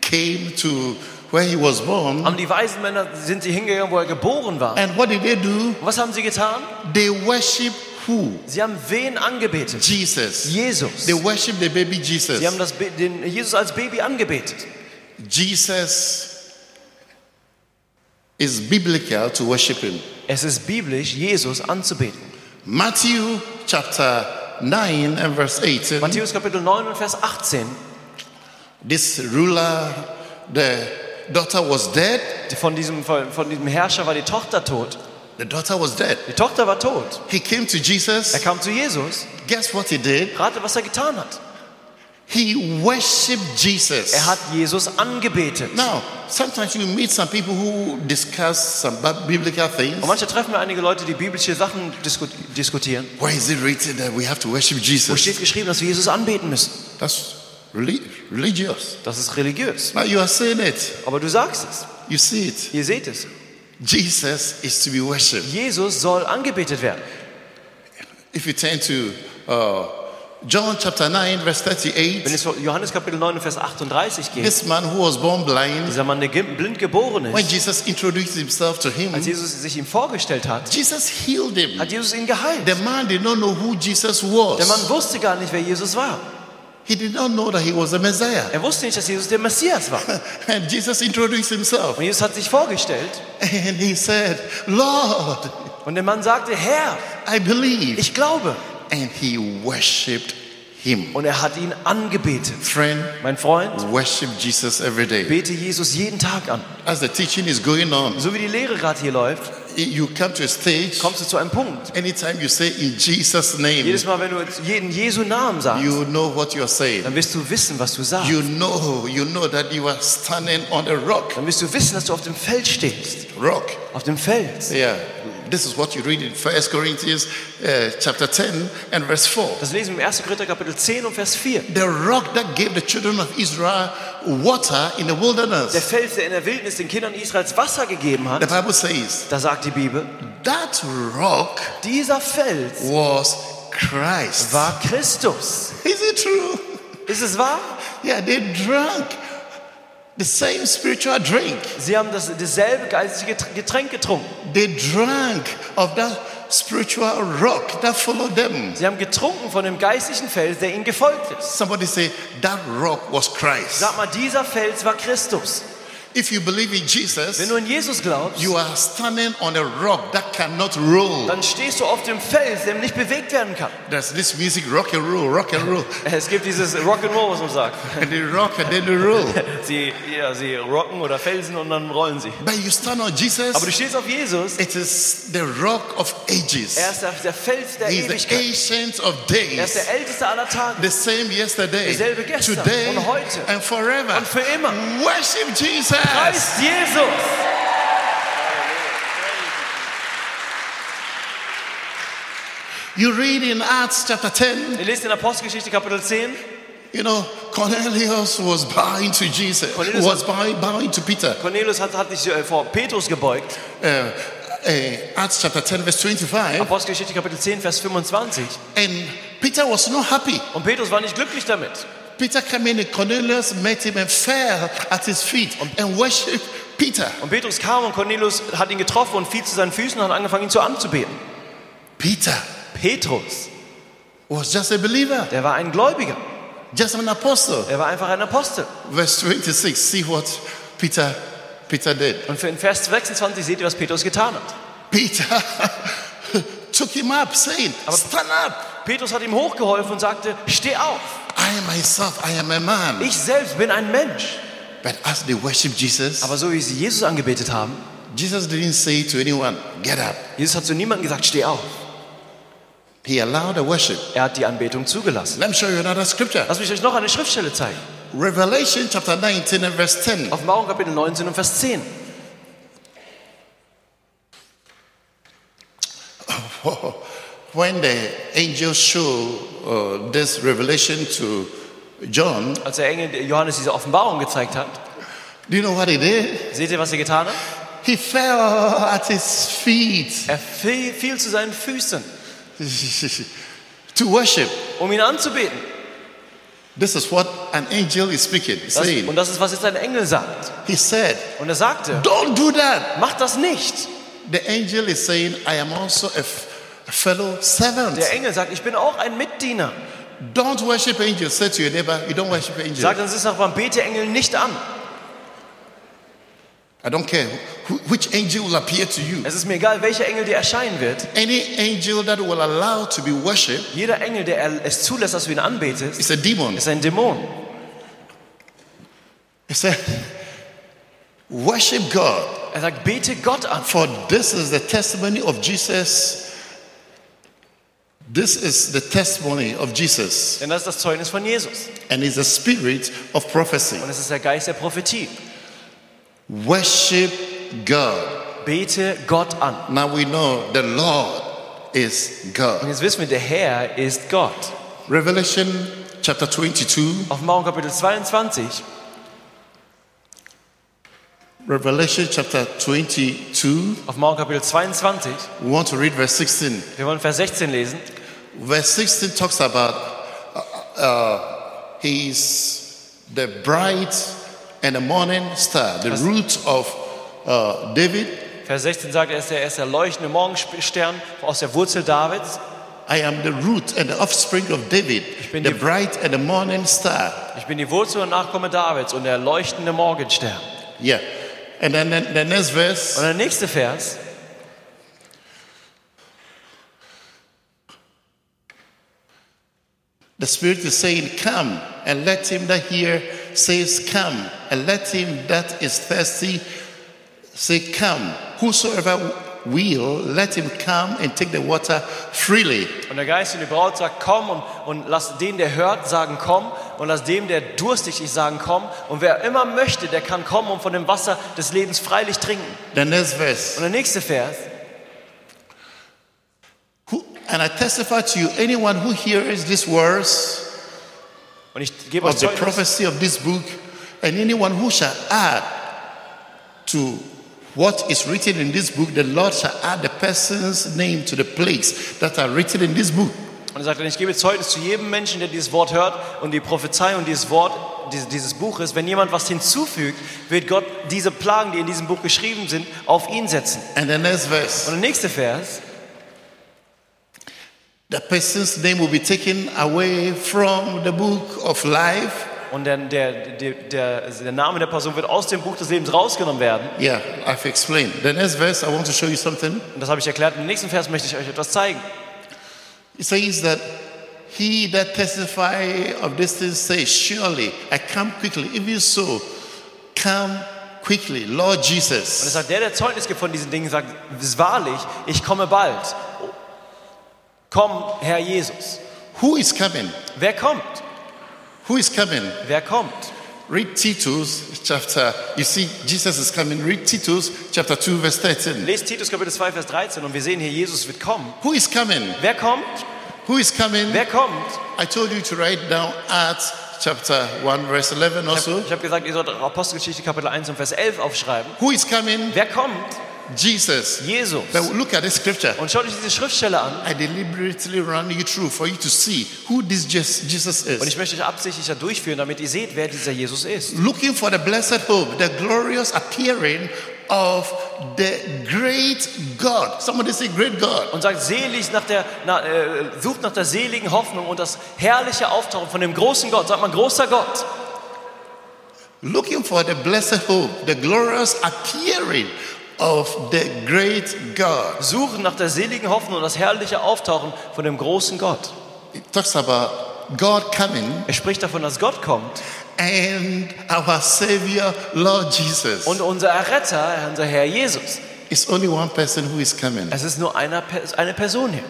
[SPEAKER 1] came to where he was born.
[SPEAKER 2] haben die weisen Männer, sind sie hingegangen, wo er geboren war.
[SPEAKER 1] And what did they do?
[SPEAKER 2] Und was haben sie getan?
[SPEAKER 1] They worship who?
[SPEAKER 2] Sie haben wen angebetet?
[SPEAKER 1] Jesus.
[SPEAKER 2] Jesus.
[SPEAKER 1] They worship the baby
[SPEAKER 2] Sie haben
[SPEAKER 1] Jesus.
[SPEAKER 2] das, Ba- den Jesus als Baby angebetet.
[SPEAKER 1] Jesus is biblical to worship him.
[SPEAKER 2] Es ist biblisch, Jesus anzubeten.
[SPEAKER 1] Matthew chapter 9 and verse 18.
[SPEAKER 2] Matthäus Kapitel 9 und Vers 18.
[SPEAKER 1] This ruler, the daughter was dead.
[SPEAKER 2] Von diesem, von von diesem Herrscher war die Tochter tot.
[SPEAKER 1] The daughter was dead.
[SPEAKER 2] Die Tochter war tot.
[SPEAKER 1] He came to
[SPEAKER 2] Er
[SPEAKER 1] Jesus.
[SPEAKER 2] kam zu Jesus.
[SPEAKER 1] Guess what he did?
[SPEAKER 2] Rate, was er getan hat.
[SPEAKER 1] He worshiped Jesus.
[SPEAKER 2] Er hat Jesus angebetet.
[SPEAKER 1] Now, sometimes you meet some people who discuss some bi- biblical things.
[SPEAKER 2] Und manchmal treffen wir einige Leute, die biblische Sachen disku diskutieren.
[SPEAKER 1] Where is it written that we have to worship
[SPEAKER 2] Wo
[SPEAKER 1] Jesus?
[SPEAKER 2] steht geschrieben, dass wir Jesus anbeten müssen?
[SPEAKER 1] That's reli- religious.
[SPEAKER 2] Das ist religiös.
[SPEAKER 1] Now you are saying it.
[SPEAKER 2] Aber du sagst es.
[SPEAKER 1] You see it.
[SPEAKER 2] Ihr seht es.
[SPEAKER 1] Jesus is to be worshipped.
[SPEAKER 2] Jesus soll angebetet werden.
[SPEAKER 1] If you turn to uh, John chapter 9, verse
[SPEAKER 2] Wenn
[SPEAKER 1] 38.
[SPEAKER 2] es um Johannes Kapitel 9 und Vers 38 geht,
[SPEAKER 1] This man who was born blind,
[SPEAKER 2] dieser Mann, der ge- blind geboren
[SPEAKER 1] when
[SPEAKER 2] ist,
[SPEAKER 1] Jesus introduced himself to him,
[SPEAKER 2] als Jesus sich ihm vorgestellt hat,
[SPEAKER 1] Jesus healed him.
[SPEAKER 2] hat Jesus ihn geheilt.
[SPEAKER 1] The man did not know who Jesus
[SPEAKER 2] Der Mann
[SPEAKER 1] was.
[SPEAKER 2] wusste gar nicht, wer Jesus war.
[SPEAKER 1] He did not know that he was the Messiah.
[SPEAKER 2] Er wusste nicht, dass Jesus der Messias war.
[SPEAKER 1] And Jesus introduced himself
[SPEAKER 2] Und Jesus hat sich vorgestellt
[SPEAKER 1] and he said, Lord,
[SPEAKER 2] und der Mann sagte, Herr,
[SPEAKER 1] I believe.
[SPEAKER 2] ich glaube.
[SPEAKER 1] And he worshipped him.
[SPEAKER 2] Und er hat ihn angebetet.
[SPEAKER 1] Friend,
[SPEAKER 2] Mein Freund,
[SPEAKER 1] worship Jesus every day.
[SPEAKER 2] bete Jesus jeden Tag an.
[SPEAKER 1] As the teaching is going on,
[SPEAKER 2] So wie die Lehre gerade hier läuft,
[SPEAKER 1] you come to a stage,
[SPEAKER 2] kommst du zu einem Punkt.
[SPEAKER 1] anytime you say in Jesus' name,
[SPEAKER 2] Jedes Mal, wenn du jetzt jeden Jesu Namen sagst,
[SPEAKER 1] you know what you're saying.
[SPEAKER 2] dann wirst du wissen, was du sagst.
[SPEAKER 1] You know, you know that you are standing on a rock.
[SPEAKER 2] Dann wirst du wissen, dass du auf dem Feld stehst.
[SPEAKER 1] Rock.
[SPEAKER 2] Auf dem Fels.
[SPEAKER 1] Yeah. This is what you read in 1 Corinthians uh, chapter 10 and verse 4.
[SPEAKER 2] Das lesen wir im 1. Korinther Kapitel 10 und Vers 4.
[SPEAKER 1] The rock that gave the children of Israel water in the
[SPEAKER 2] Der
[SPEAKER 1] wilderness.
[SPEAKER 2] Fels, der in der Wildnis den Kindern Israels Wasser gegeben
[SPEAKER 1] The
[SPEAKER 2] hat,
[SPEAKER 1] Bible says
[SPEAKER 2] da sagt die Bibel,
[SPEAKER 1] that rock
[SPEAKER 2] dieser Fels
[SPEAKER 1] was Christ.
[SPEAKER 2] war Christus.
[SPEAKER 1] Is it true?
[SPEAKER 2] Ist es wahr?
[SPEAKER 1] Yeah, they drank the same spiritual drink.
[SPEAKER 2] Sie haben das, dasselbe geistige Getr- Getränk getrunken.
[SPEAKER 1] They drank of that spiritual rock that followed them.
[SPEAKER 2] Sie haben getrunken von dem geistlichen Fels, der ihnen gefolgt ist.
[SPEAKER 1] Somebody say that rock was Christ.
[SPEAKER 2] Sag mal, dieser Fels war Christus.
[SPEAKER 1] If you believe in
[SPEAKER 2] Wenn
[SPEAKER 1] Jesus,
[SPEAKER 2] du an Jesus glaubst,
[SPEAKER 1] you are standing on a rock that cannot roll.
[SPEAKER 2] dann stehst du auf dem Fels, der nicht bewegt werden kann.
[SPEAKER 1] There's this music, rock and roll, rock and roll,
[SPEAKER 2] Es gibt dieses Rock'n'Roll, was man sagt.
[SPEAKER 1] and they rock and then they roll.
[SPEAKER 2] Sie, ja, sie rocken oder felsen und dann rollen sie.
[SPEAKER 1] But you stand on
[SPEAKER 2] Aber du
[SPEAKER 1] Jesus,
[SPEAKER 2] stehst auf Jesus.
[SPEAKER 1] it is the rock of
[SPEAKER 2] Er
[SPEAKER 1] ages.
[SPEAKER 2] ist der, der Fels der
[SPEAKER 1] He is the
[SPEAKER 2] Ewigkeit.
[SPEAKER 1] ancient of
[SPEAKER 2] Er ist der
[SPEAKER 1] days.
[SPEAKER 2] Älteste aller Tage.
[SPEAKER 1] The same yesterday,
[SPEAKER 2] Derselbe gestern
[SPEAKER 1] today,
[SPEAKER 2] und heute
[SPEAKER 1] and forever.
[SPEAKER 2] Und für immer.
[SPEAKER 1] Worship Jesus.
[SPEAKER 2] Preist Jesus!
[SPEAKER 1] You read in Acts chapter 10,
[SPEAKER 2] Ihr lest in Apostelgeschichte Kapitel 10.
[SPEAKER 1] you know, Cornelius was bowing to Jesus,
[SPEAKER 2] Cornelius-
[SPEAKER 1] was bowing, bowing to Peter.
[SPEAKER 2] Cornelius hat, hat sich äh, vor Petrus gebeugt.
[SPEAKER 1] Uh, uh, Acts chapter 10, verse 25.
[SPEAKER 2] Apostelgeschichte Kapitel 10, Vers 25.
[SPEAKER 1] And Peter was not happy.
[SPEAKER 2] Und Petrus war nicht glücklich damit.
[SPEAKER 1] Peter came in and Cornelius met him and fell at his feet and worshiped Peter.
[SPEAKER 2] Und Petrus kam und Cornelius hat ihn getroffen und fiel zu seinen Füßen und hat angefangen, ihn zu anzubeten.
[SPEAKER 1] Peter
[SPEAKER 2] Petrus,
[SPEAKER 1] was just a believer,
[SPEAKER 2] der war ein Gläubiger.
[SPEAKER 1] just an apostle.
[SPEAKER 2] Er war einfach ein Apostel.
[SPEAKER 1] Verse 26, see what Peter, Peter did.
[SPEAKER 2] Und für in Vers 26 seht ihr, was Petrus getan hat.
[SPEAKER 1] Peter took him up saying,
[SPEAKER 2] Aber-
[SPEAKER 1] stand up.
[SPEAKER 2] Petrus hat ihm hochgeholfen und sagte, steh auf.
[SPEAKER 1] I myself, I am a man.
[SPEAKER 2] Ich selbst bin ein Mensch.
[SPEAKER 1] But as they worship Jesus,
[SPEAKER 2] Aber so wie sie Jesus angebetet haben,
[SPEAKER 1] Jesus didn't say to anyone, get up.
[SPEAKER 2] Jesus hat zu niemandem gesagt, steh auf.
[SPEAKER 1] He allowed the worship.
[SPEAKER 2] Er hat die Anbetung zugelassen.
[SPEAKER 1] Let me show you another scripture.
[SPEAKER 2] Lass mich euch noch eine Schriftstelle zeigen.
[SPEAKER 1] Revelation chapter 19 and verse 10.
[SPEAKER 2] Offenbarung Kapitel 19 und Vers 10.
[SPEAKER 1] When the angel showed uh, this revelation to John,
[SPEAKER 2] Als der Engel Johannes diese Offenbarung gezeigt hat,
[SPEAKER 1] do you know what he did?
[SPEAKER 2] seht ihr, was er getan hat?
[SPEAKER 1] He fell at his feet
[SPEAKER 2] Er fiel, fiel zu seinen Füßen,
[SPEAKER 1] to worship.
[SPEAKER 2] um ihn anzubeten.
[SPEAKER 1] This is what an angel is speaking,
[SPEAKER 2] Das,
[SPEAKER 1] saying.
[SPEAKER 2] und das ist, was jetzt ein Engel sagt.
[SPEAKER 1] He said,
[SPEAKER 2] Und er sagte,
[SPEAKER 1] Don't do that.
[SPEAKER 2] mach das nicht.
[SPEAKER 1] The angel is saying, I am also a f- a fellow servant.
[SPEAKER 2] Der Engel sagt, ich bin auch ein Mitdiener.
[SPEAKER 1] Don't worship angels. Say to your neighbor, you don't worship
[SPEAKER 2] Sagt
[SPEAKER 1] angels.
[SPEAKER 2] uns das Nachbarn, bete Engel nicht an.
[SPEAKER 1] I don't care wh- which angel will appear to you.
[SPEAKER 2] Es ist mir egal, welcher Engel dir erscheinen wird.
[SPEAKER 1] Any angel that will allow to be worshipped
[SPEAKER 2] Jeder Engel, der er- es zulässt, dass du ihn anbetest,
[SPEAKER 1] is a demon.
[SPEAKER 2] ist ein Dämon.
[SPEAKER 1] He said, worship God,
[SPEAKER 2] Er sagt, bete Gott an.
[SPEAKER 1] for this is the testimony of Jesus. This is the testimony of Jesus,
[SPEAKER 2] Denn das ist das Zeugnis von Jesus.
[SPEAKER 1] and is the spirit of prophecy.
[SPEAKER 2] Und es ist der Geist der Prophetie.
[SPEAKER 1] Worship God.
[SPEAKER 2] Bete Gott an.
[SPEAKER 1] Now we know the Lord is
[SPEAKER 2] Und
[SPEAKER 1] God.
[SPEAKER 2] jetzt wissen wir, der Herr ist Gott.
[SPEAKER 1] Revelation chapter 22,
[SPEAKER 2] Offenbarung Kapitel 22,
[SPEAKER 1] Revelation chapter 22.
[SPEAKER 2] Offenbarung Kapitel 22,
[SPEAKER 1] We want to read verse 16.
[SPEAKER 2] wir wollen Vers 16 lesen.
[SPEAKER 1] Verse 16 talks about uh, He's the bright and the morning star, the root of uh, David.
[SPEAKER 2] Vers 16 sagt, er ist der, er ist der leuchtende Morgenstern aus der Wurzel Davids.
[SPEAKER 1] I am the root and the offspring of David,
[SPEAKER 2] bin
[SPEAKER 1] the
[SPEAKER 2] die-
[SPEAKER 1] bright and the morning star.
[SPEAKER 2] Ich bin die Wurzel und Nachkomme Davids und der leuchtende Morgenstern.
[SPEAKER 1] Yeah. And then the, the next verse,
[SPEAKER 2] Und der nächste Vers,
[SPEAKER 1] the Spirit is saying, Come and let him that hear says, Come, and let him that is thirsty say, Come. Whosoever will, let him come and take the water freely.
[SPEAKER 2] und der Geist und die Braut sagt, komm und, und lass den, der hört, sagen, komm und lass dem, der durstig ist, sagen, komm. Und wer immer möchte, der kann kommen und von dem Wasser des Lebens freilich trinken.
[SPEAKER 1] The next
[SPEAKER 2] Und
[SPEAKER 1] verse,
[SPEAKER 2] der nächste Vers,
[SPEAKER 1] who, and I testify to you, anyone who hears these words,
[SPEAKER 2] und ich gebe euch
[SPEAKER 1] of the
[SPEAKER 2] Zeugnis,
[SPEAKER 1] prophecy of this book, and anyone who shall add to what is written in this book, the Lord shall add the person's name to the plagues that are written in this book.
[SPEAKER 2] Und er sagt dann, ich gebe Zeugnis zu jedem Menschen, der dieses Wort hört und die Prophezei und dieses Wort dieses, dieses Buches, wenn jemand was hinzufügt, wird Gott diese Plagen, die in diesem Buch geschrieben sind, auf ihn setzen.
[SPEAKER 1] And the next
[SPEAKER 2] Und
[SPEAKER 1] verse,
[SPEAKER 2] der nächste Vers,
[SPEAKER 1] the person's name will be taken away from the book of life.
[SPEAKER 2] und dann der, der, der, der Name der Person wird aus dem Buch des Lebens rausgenommen werden.
[SPEAKER 1] Yeah, I've explained. The next verse, I want to show you something.
[SPEAKER 2] Und das habe ich erklärt. Im nächsten Vers möchte ich euch etwas zeigen.
[SPEAKER 1] It says that he that testify of this thing says, Surely I come quickly. Even so, come quickly, Lord Jesus.
[SPEAKER 2] Und es sagt, der, der Zeugnis gibt von diesen Dingen, sagt, wahrlich, ich komme bald. Komm, Herr Jesus.
[SPEAKER 1] Who is coming?
[SPEAKER 2] Wer kommt?
[SPEAKER 1] Who is coming?
[SPEAKER 2] Wer kommt?
[SPEAKER 1] Read Titus chapter. You see, Jesus is coming. Read Titus chapter 2, verse 13.
[SPEAKER 2] Lest Titus Kapitel 2, Vers 13 und wir sehen hier, Jesus wird kommen.
[SPEAKER 1] Who is coming?
[SPEAKER 2] Wer kommt?
[SPEAKER 1] Who is coming?
[SPEAKER 2] Wer kommt?
[SPEAKER 1] I told you to write down Acts chapter 1, verse 11
[SPEAKER 2] Ich
[SPEAKER 1] also.
[SPEAKER 2] habe hab gesagt, ihr sollt Apostelgeschichte Kapitel 1 und Vers 11 aufschreiben.
[SPEAKER 1] Who is coming?
[SPEAKER 2] Wer kommt?
[SPEAKER 1] Jesus.
[SPEAKER 2] Jesus.
[SPEAKER 1] But look at this scripture.
[SPEAKER 2] Und schaut euch diese Schriftstelle an.
[SPEAKER 1] I deliberately run you through for you to see who this Jes- Jesus
[SPEAKER 2] Und ich
[SPEAKER 1] is.
[SPEAKER 2] möchte euch absichtlich da durchführen, damit ihr seht, wer dieser Jesus ist.
[SPEAKER 1] Looking for the blessed hope, the glorious appearing of the great God. Somebody say, Great God.
[SPEAKER 2] Und sagt, selig nach der, na, äh, sucht nach der seligen Hoffnung und das herrliche Auftauchen von dem großen Gott. Sagt man, großer Gott.
[SPEAKER 1] looking for the blessed hope, the glorious appearing of the great God.
[SPEAKER 2] Suchen nach der seligen Hoffnung und das herrliche Auftauchen von dem großen Gott.
[SPEAKER 1] It talks about God coming
[SPEAKER 2] Er spricht davon, dass Gott kommt.
[SPEAKER 1] and our Savior, Lord Jesus.
[SPEAKER 2] Und unser Erretter, unser Herr Jesus.
[SPEAKER 1] It's only one person who is coming.
[SPEAKER 2] Es ist nur einer, Per- eine Person hier.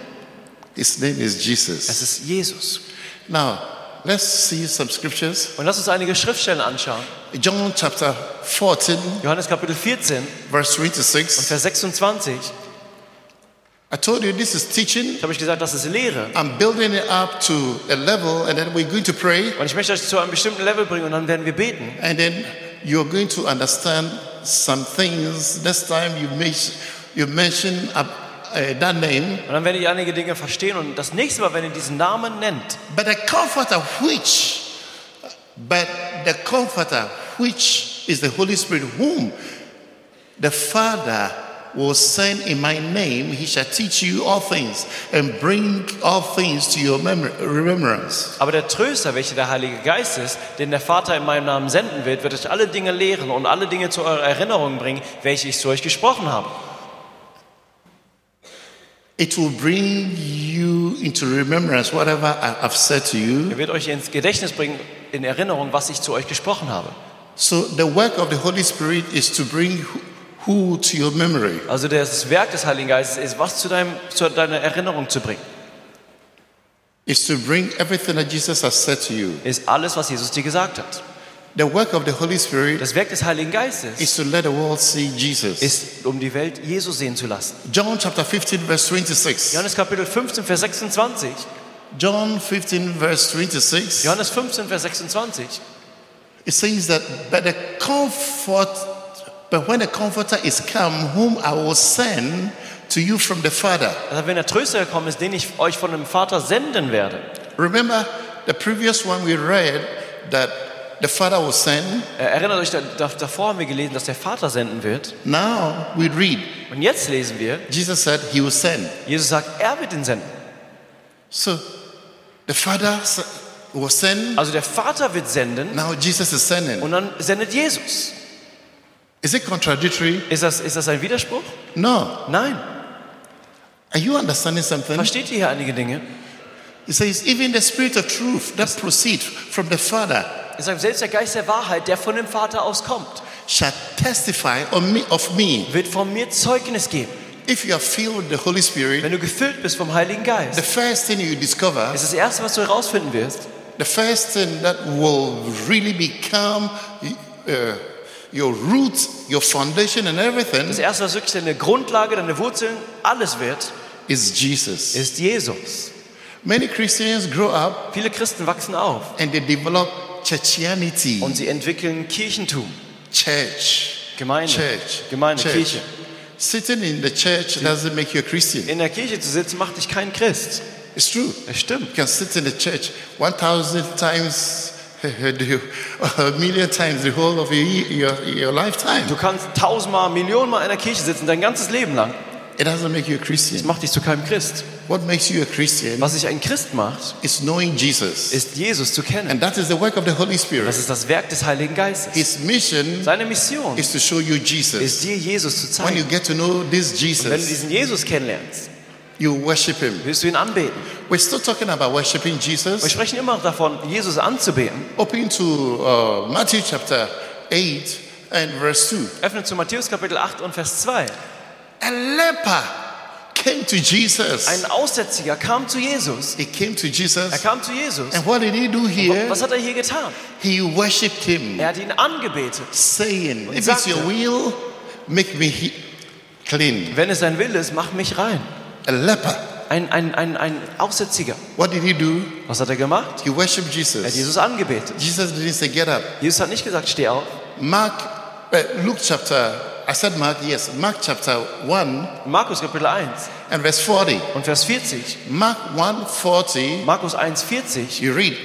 [SPEAKER 1] His name is
[SPEAKER 2] Es
[SPEAKER 1] Jesus.
[SPEAKER 2] ist Jesus.
[SPEAKER 1] Now, let's see some scriptures.
[SPEAKER 2] Und lass uns einige Schriftstellen anschauen.
[SPEAKER 1] John chapter 14,
[SPEAKER 2] Johannes Kapitel 14,
[SPEAKER 1] verse 3 to 6.
[SPEAKER 2] Vers 26.
[SPEAKER 1] I told you this is teaching.
[SPEAKER 2] Ich habe euch gesagt, das ist Lehre.
[SPEAKER 1] I'm building it up to a level, and then we're going to pray,
[SPEAKER 2] Und ich möchte euch zu einem bestimmten Level bringen und dann werden wir beten.
[SPEAKER 1] And then you're going to understand some things. Next time you, men- you mention uh, uh, that name.
[SPEAKER 2] Und dann werdet ihr einige Dinge verstehen. Und das nächste Mal, wenn ihr diesen Namen nennt,
[SPEAKER 1] But the comforter which, but the comforter which is the Holy Spirit, whom the Father will send in my name, he shall teach you all things and bring all things to your memor- remembrance.
[SPEAKER 2] aber der Tröster, welcher der Heilige Geist ist, den der Vater in meinem Namen senden wird, wird euch alle Dinge lehren und alle Dinge zu eurer Erinnerung bringen, welche ich zu euch gesprochen habe.
[SPEAKER 1] It will bring you into remembrance whatever I- I've said to you.
[SPEAKER 2] Er wird euch ins Gedächtnis bringen, in Erinnerung, was ich zu euch gesprochen habe.
[SPEAKER 1] So the work of the Holy Spirit is to bring who to your memory.
[SPEAKER 2] Also das Werk des Heiligen Geistes ist, was zu, deinem, zu deiner Erinnerung zu bringen,
[SPEAKER 1] Is to bring everything that Jesus has said to you.
[SPEAKER 2] ist alles, was Jesus dir gesagt hat.
[SPEAKER 1] The work of the Holy Spirit
[SPEAKER 2] Das Werk des Heiligen Geistes
[SPEAKER 1] is to let the world see Jesus.
[SPEAKER 2] ist, um die Welt Jesus sehen zu lassen.
[SPEAKER 1] John chapter 15 verse 26.
[SPEAKER 2] Johannes Kapitel 15, Vers 26.
[SPEAKER 1] John 15 verse 26.
[SPEAKER 2] Johannes 15, Vers 26.
[SPEAKER 1] It says that but the comfort but when the comforter is come whom I will send to you from the Father.
[SPEAKER 2] Also wenn der Tröster gekommen ist, den ich euch von dem Vater senden werde.
[SPEAKER 1] Remember the previous one we read that the Father will send.
[SPEAKER 2] Äh, Erinnert euch, da, da, davor haben wir gelesen, dass der Vater senden wird.
[SPEAKER 1] Now we read,
[SPEAKER 2] Und jetzt lesen wir,
[SPEAKER 1] Jesus said he will send.
[SPEAKER 2] Jesus sagt, er wird ihn senden.
[SPEAKER 1] So the Father s- will send.
[SPEAKER 2] Also der Vater wird senden
[SPEAKER 1] Now Jesus is sending.
[SPEAKER 2] und dann sendet Jesus.
[SPEAKER 1] Is it contradictory?
[SPEAKER 2] Ist das, ist das ein Widerspruch?
[SPEAKER 1] No.
[SPEAKER 2] Nein.
[SPEAKER 1] Are you understanding something?
[SPEAKER 2] Versteht ihr hier einige Dinge?
[SPEAKER 1] He says, even the spirit of truth that proceeds from the Father
[SPEAKER 2] Er sagt, selbst der Geist der Wahrheit, der von dem Vater auskommt,
[SPEAKER 1] shall testify of me. Of me.
[SPEAKER 2] wird von mir Zeugnis geben.
[SPEAKER 1] If you are filled with the Holy Spirit,
[SPEAKER 2] Wenn du gefüllt bist vom Heiligen
[SPEAKER 1] the
[SPEAKER 2] Geist,
[SPEAKER 1] first thing you discover,
[SPEAKER 2] ist das Erste, was du herausfinden wirst,
[SPEAKER 1] the first thing that will really become uh, your roots, your foundation, and everything
[SPEAKER 2] das Erste, was wirklich deine Grundlage, deine Wurzeln, alles wird,
[SPEAKER 1] is Jesus.
[SPEAKER 2] ist Jesus.
[SPEAKER 1] Many Christians grow up
[SPEAKER 2] Viele Christen wachsen auf
[SPEAKER 1] and they develop churchianity,
[SPEAKER 2] und sie entwickeln Kirchentum,
[SPEAKER 1] church,
[SPEAKER 2] Gemeinde,
[SPEAKER 1] church,
[SPEAKER 2] Gemeinde,
[SPEAKER 1] church.
[SPEAKER 2] Kirche.
[SPEAKER 1] Sitting in the church doesn't make you a Christian.
[SPEAKER 2] In der Kirche zu sitzen, macht dich kein Christ.
[SPEAKER 1] It's true.
[SPEAKER 2] Das stimmt.
[SPEAKER 1] You can sit in the church 1,000 times, a million times the whole of your, your, your lifetime.
[SPEAKER 2] Du kannst tausendmal, millionenmal in der Kirche sitzen, dein ganzes Leben lang.
[SPEAKER 1] It doesn't make you a
[SPEAKER 2] Das
[SPEAKER 1] Christian.
[SPEAKER 2] macht dich zu keinem Christ.
[SPEAKER 1] What makes you a Christian
[SPEAKER 2] Was dich ein Christ macht,
[SPEAKER 1] is knowing Jesus.
[SPEAKER 2] ist Jesus zu kennen.
[SPEAKER 1] And that is the work of the Holy
[SPEAKER 2] Das
[SPEAKER 1] Spirit.
[SPEAKER 2] ist das Werk des Heiligen Geistes.
[SPEAKER 1] His mission
[SPEAKER 2] Seine Mission
[SPEAKER 1] is to show you
[SPEAKER 2] ist
[SPEAKER 1] Jesus.
[SPEAKER 2] dir Jesus zu
[SPEAKER 1] When you
[SPEAKER 2] zeigen.
[SPEAKER 1] get to know this
[SPEAKER 2] Wenn du
[SPEAKER 1] Jesus,
[SPEAKER 2] diesen Jesus kennenlernst,
[SPEAKER 1] you worship him.
[SPEAKER 2] wirst du ihn anbeten.
[SPEAKER 1] We're still talking about worshiping
[SPEAKER 2] Wir
[SPEAKER 1] Jesus.
[SPEAKER 2] sprechen immer noch davon, Jesus anzubeten.
[SPEAKER 1] Open to uh, Matthew chapter 8 and verse 2.
[SPEAKER 2] Öffnet zu Matthäus Kapitel 8 und Vers 2.
[SPEAKER 1] A leper came to Jesus.
[SPEAKER 2] Ein Aussätziger kam zu Jesus.
[SPEAKER 1] He came to
[SPEAKER 2] Er
[SPEAKER 1] Jesus.
[SPEAKER 2] kam zu Jesus.
[SPEAKER 1] And what did he do here?
[SPEAKER 2] Was hat er hier getan?
[SPEAKER 1] He worshiped him,
[SPEAKER 2] Er hat ihn angebetet.
[SPEAKER 1] saying, If it's your will, make me he- clean.
[SPEAKER 2] Wenn es sein Wille ist, mach mich rein.
[SPEAKER 1] A leper.
[SPEAKER 2] Ein, ein, ein, ein Aussätziger.
[SPEAKER 1] What did he do?
[SPEAKER 2] Was hat er gemacht?
[SPEAKER 1] He worshiped
[SPEAKER 2] Er hat
[SPEAKER 1] Jesus.
[SPEAKER 2] Jesus angebetet.
[SPEAKER 1] Jesus didn't say, Get up.
[SPEAKER 2] Jesus hat nicht gesagt, steh auf.
[SPEAKER 1] Mark, uh, Luke chapter, I said Mark, yes, Mark chapter 1
[SPEAKER 2] Markus Kapitel 1
[SPEAKER 1] and verse 40.
[SPEAKER 2] und Vers 40.
[SPEAKER 1] Mark 1 40,
[SPEAKER 2] Markus 1, 40.
[SPEAKER 1] you read,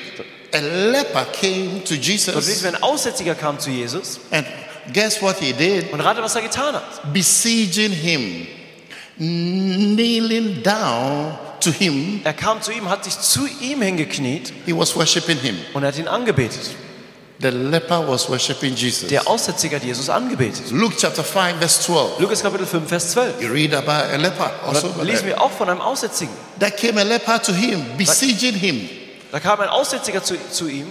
[SPEAKER 1] a leper came to
[SPEAKER 2] Dort lesen
[SPEAKER 1] Jesus,
[SPEAKER 2] wir, ein Aussätziger kam zu Jesus.
[SPEAKER 1] and guess what he did?
[SPEAKER 2] Und rate, was er getan hat.
[SPEAKER 1] Besieging him, kneeling down to him,
[SPEAKER 2] Er kam zu ihm, hat sich zu ihm hingekniet
[SPEAKER 1] he was worshiping him.
[SPEAKER 2] und hat ihn angebetet.
[SPEAKER 1] The leper was worshiping Jesus.
[SPEAKER 2] Der Aussätzige hat Jesus angebetet.
[SPEAKER 1] Luke chapter 5, verse 12.
[SPEAKER 2] Lukas Kapitel 5, Vers 12.
[SPEAKER 1] You read about a leper
[SPEAKER 2] Und
[SPEAKER 1] also.
[SPEAKER 2] Da lesen wir auch von einem Aussätzigen.
[SPEAKER 1] There came a leper to him, besieging him.
[SPEAKER 2] Da kam ein Aussätziger zu, zu ihm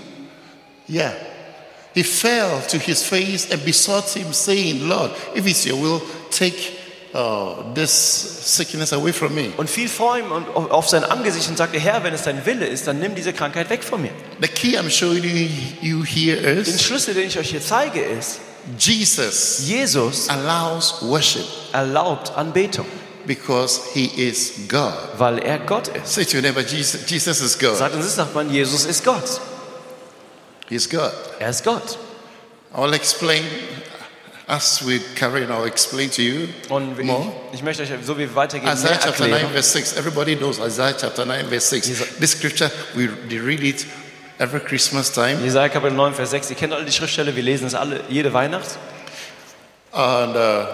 [SPEAKER 1] Yeah. He fell to his face and besought him, saying, Lord, if it's your will, take uh, this sickness away from me.
[SPEAKER 2] und fiel vor ihm und auf auf sein Angesicht und sagte, Herr, wenn es dein Wille ist, dann nimm diese Krankheit weg von mir.
[SPEAKER 1] The key I'm showing you, you here
[SPEAKER 2] Den
[SPEAKER 1] is
[SPEAKER 2] Schlüssel, den ich euch hier zeige, ist,
[SPEAKER 1] Jesus
[SPEAKER 2] Jesus
[SPEAKER 1] allows worship
[SPEAKER 2] erlaubt Anbetung,
[SPEAKER 1] because he is God.
[SPEAKER 2] weil er Gott ist.
[SPEAKER 1] Say to your neighbor, Jesus, Jesus is God.
[SPEAKER 2] Sagt uns das Nachbarn, Jesus ist Gott.
[SPEAKER 1] He's God.
[SPEAKER 2] Er ist Gott.
[SPEAKER 1] I'll explain as we carry on, I'll explain to you
[SPEAKER 2] Und ich,
[SPEAKER 1] more.
[SPEAKER 2] ich möchte euch, so wie wir weitergehen, mehr
[SPEAKER 1] Isaiah chapter 9,
[SPEAKER 2] erklären.
[SPEAKER 1] verse 6. Everybody knows Isaiah chapter 9, verse 6. This scripture, we they read it every Christmas time.
[SPEAKER 2] Jesaja Kapitel 9, Vers 6. Ihr kennt alle die Schriftstelle, wir lesen es alle, jede Weihnacht.
[SPEAKER 1] And uh,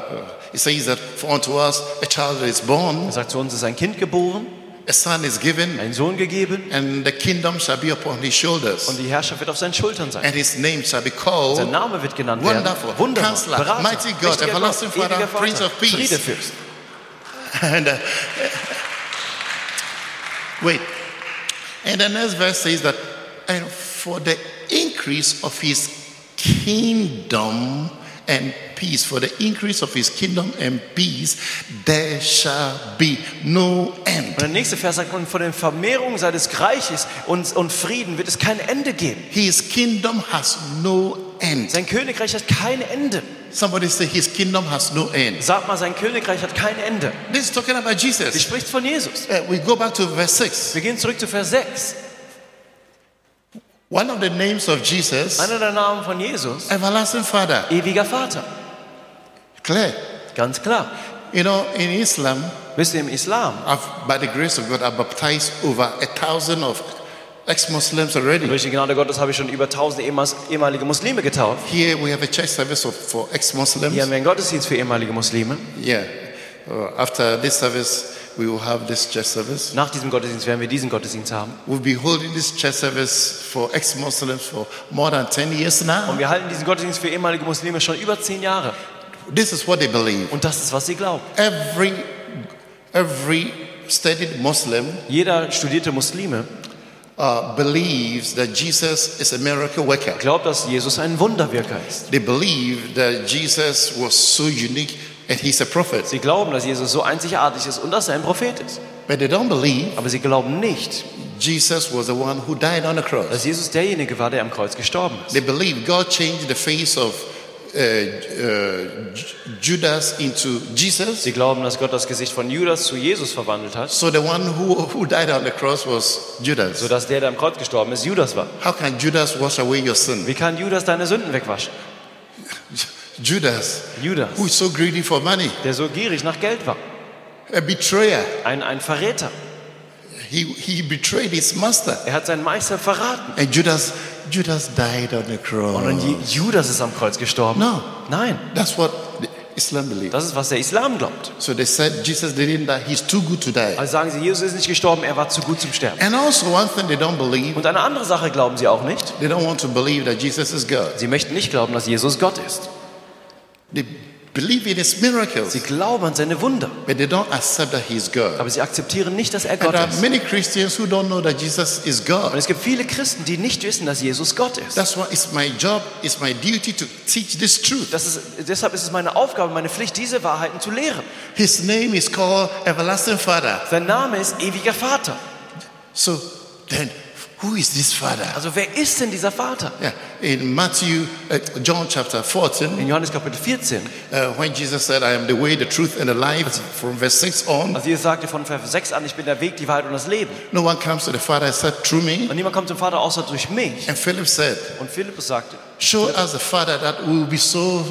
[SPEAKER 1] it says that for unto us a child is born,
[SPEAKER 2] Er sagt, zu uns ist ein Kind geboren,
[SPEAKER 1] a son is given,
[SPEAKER 2] ein Sohn gegeben
[SPEAKER 1] and the kingdom shall be upon his
[SPEAKER 2] und
[SPEAKER 1] shoulders.
[SPEAKER 2] die Herrschaft wird auf seinen Schultern sein.
[SPEAKER 1] And his name shall be
[SPEAKER 2] Sein
[SPEAKER 1] called
[SPEAKER 2] Name wird genannt
[SPEAKER 1] Wonderful,
[SPEAKER 2] werden. Wunderbar,
[SPEAKER 1] Counselor,
[SPEAKER 2] Berater,
[SPEAKER 1] Mighty God,
[SPEAKER 2] mächtiger
[SPEAKER 1] Everlasting
[SPEAKER 2] Gott,
[SPEAKER 1] Father,
[SPEAKER 2] ewiger
[SPEAKER 1] Prince of Peace.
[SPEAKER 2] Friedefürst.
[SPEAKER 1] and uh, wait. And the next verse says that and for the increase of his kingdom and peace, for the increase of his kingdom and peace, there shall be no
[SPEAKER 2] Und
[SPEAKER 1] end.
[SPEAKER 2] der nächste Vers sagt, und von der Vermehrung seines Reiches und, und Frieden wird es kein Ende geben.
[SPEAKER 1] His kingdom has no end.
[SPEAKER 2] Sein Königreich hat kein Ende.
[SPEAKER 1] Somebody say his kingdom has no end.
[SPEAKER 2] Sag mal, sein Königreich hat kein Ende.
[SPEAKER 1] This is talking about
[SPEAKER 2] Sie
[SPEAKER 1] Jesus.
[SPEAKER 2] spricht von Jesus.
[SPEAKER 1] Uh, we go back to verse 6.
[SPEAKER 2] Wir gehen zurück zu Vers 6.
[SPEAKER 1] One of the names of Jesus,
[SPEAKER 2] Einer der Namen von Jesus,
[SPEAKER 1] everlasting Father.
[SPEAKER 2] ewiger Vater.
[SPEAKER 1] Clear.
[SPEAKER 2] Ganz klar.
[SPEAKER 1] You know, in Islam,
[SPEAKER 2] Wisst ihr, im Islam
[SPEAKER 1] I've, by the grace of God, I've baptized over a thousand of uh, ex Muslims already.
[SPEAKER 2] Durch die Gnade Gottes habe ich schon über tausende ehemals- ehemalige Muslime getauft.
[SPEAKER 1] Here we have a church service of- for ex Muslims.
[SPEAKER 2] Hier haben
[SPEAKER 1] Yeah.
[SPEAKER 2] wir einen Gottesdienst für ehemalige Muslime.
[SPEAKER 1] Uh, after this service, we will have this church service.
[SPEAKER 2] Nach diesem Gottesdienst werden wir diesen Gottesdienst haben.
[SPEAKER 1] We'll be holding this church service for ex Muslims for more than 10 years now.
[SPEAKER 2] Und wir halten diesen Gottesdienst für ehemalige Muslime schon über zehn Jahre.
[SPEAKER 1] This is what they believe.
[SPEAKER 2] Und das ist, was sie glauben.
[SPEAKER 1] Every, every studied Muslim
[SPEAKER 2] Jeder studierte Muslime
[SPEAKER 1] uh, believes that Jesus is a miracle worker.
[SPEAKER 2] glaubt, dass Jesus ein Wunderwirker ist.
[SPEAKER 1] They believe that Jesus was so unique and he's a prophet.
[SPEAKER 2] Sie glauben, dass Jesus so einzigartig ist und dass er ein Prophet ist.
[SPEAKER 1] But they don't believe
[SPEAKER 2] Aber sie glauben nicht,
[SPEAKER 1] Jesus was the one who died on the cross.
[SPEAKER 2] dass Jesus derjenige war, der am Kreuz gestorben ist.
[SPEAKER 1] They believe God changed the face of uh, uh, Ju- Judas into Jesus.
[SPEAKER 2] Sie glauben, dass Gott das Gesicht von Judas zu Jesus verwandelt hat,
[SPEAKER 1] So the one who, who died on the cross was Judas.
[SPEAKER 2] sodass der, der am Kreuz gestorben ist, Judas war.
[SPEAKER 1] How can Judas wash away your sin?
[SPEAKER 2] Wie kann Judas deine Sünden wegwaschen?
[SPEAKER 1] Judas,
[SPEAKER 2] Judas,
[SPEAKER 1] who is so greedy for money,
[SPEAKER 2] der so gierig nach Geld war.
[SPEAKER 1] a betrayer.
[SPEAKER 2] Ein, ein Verräter.
[SPEAKER 1] He, he betrayed his master.
[SPEAKER 2] Er hat seinen Meister verraten.
[SPEAKER 1] And Judas, Judas died on the cross.
[SPEAKER 2] Und Ju- Judas ist am Kreuz gestorben.
[SPEAKER 1] No,
[SPEAKER 2] Nein,
[SPEAKER 1] that's what the Islam believes.
[SPEAKER 2] das ist, was der Islam glaubt.
[SPEAKER 1] So they said Jesus didn't die. He's too good to die.
[SPEAKER 2] Also sagen sie, Jesus ist nicht gestorben, er war zu gut zum Sterben.
[SPEAKER 1] And also one thing they don't believe,
[SPEAKER 2] Und eine andere Sache glauben sie auch nicht.
[SPEAKER 1] they don't want to believe that Jesus is God.
[SPEAKER 2] Sie möchten nicht glauben, dass Jesus Gott ist.
[SPEAKER 1] They believe in his
[SPEAKER 2] Sie
[SPEAKER 1] miracles,
[SPEAKER 2] glauben an seine Wunder,
[SPEAKER 1] but they don't accept that he's God.
[SPEAKER 2] aber sie akzeptieren nicht, dass er
[SPEAKER 1] And
[SPEAKER 2] Gott
[SPEAKER 1] there
[SPEAKER 2] ist.
[SPEAKER 1] are many Christians who don't know that Jesus is
[SPEAKER 2] Und
[SPEAKER 1] God.
[SPEAKER 2] es gibt viele Christen, die nicht wissen, dass Jesus Gott ist.
[SPEAKER 1] That's why it's my job, it's my duty to teach this truth.
[SPEAKER 2] Das ist deshalb ist es meine Aufgabe, meine Pflicht, diese Wahrheiten zu lehren.
[SPEAKER 1] His name is called Everlasting Father.
[SPEAKER 2] Sein Name ist ewiger Vater.
[SPEAKER 1] So then, who is this Father?
[SPEAKER 2] Also wer ist denn dieser Vater?
[SPEAKER 1] Yeah. In Matthew, uh, John chapter 14,
[SPEAKER 2] In Johannes Kapitel 14,
[SPEAKER 1] Uh, when Jesus said, I am the way, the truth, and the life, from verse 6 on,
[SPEAKER 2] als Also Jesus sagte von Vers 6 an, ich bin der Weg, die Wahrheit und das Leben.
[SPEAKER 1] no one comes to the Father except through me.
[SPEAKER 2] Und niemand kommt zum Vater außer durch mich.
[SPEAKER 1] And Philip said,
[SPEAKER 2] Und Philippus sagte,
[SPEAKER 1] Show us the Father that we will be so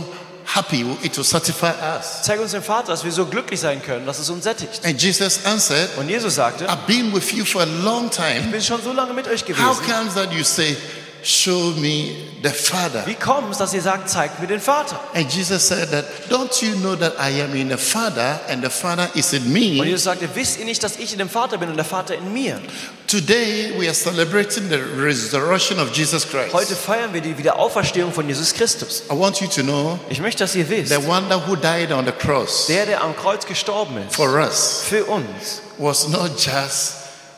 [SPEAKER 1] happy, it will satisfy us.
[SPEAKER 2] zeig uns den Vater, dass wir so glücklich sein können, dass es uns sättigt.
[SPEAKER 1] And Jesus answered,
[SPEAKER 2] Und Jesus sagte,
[SPEAKER 1] I've been with you for a long
[SPEAKER 2] ich
[SPEAKER 1] time.
[SPEAKER 2] bin schon so lange mit euch
[SPEAKER 1] How
[SPEAKER 2] gewesen.
[SPEAKER 1] comes that you say, Show me the Father?
[SPEAKER 2] Wie kommt es, dass ihr sagt, zeigt mir den Vater?
[SPEAKER 1] And Jesus said that, Don't you know that I am in the Father and the Father is in
[SPEAKER 2] Und
[SPEAKER 1] me?
[SPEAKER 2] Jesus sagte, wisst ihr nicht, dass ich in dem Vater bin und der Vater in mir?
[SPEAKER 1] Today we are celebrating the resurrection of Jesus
[SPEAKER 2] Heute
[SPEAKER 1] Christ.
[SPEAKER 2] feiern wir die Wiederauferstehung von Jesus Christus.
[SPEAKER 1] I want you to know
[SPEAKER 2] Ich möchte, dass ihr wisst,
[SPEAKER 1] The one that who died on the cross
[SPEAKER 2] der, der am Kreuz gestorben ist,
[SPEAKER 1] for us
[SPEAKER 2] für uns,
[SPEAKER 1] was not just,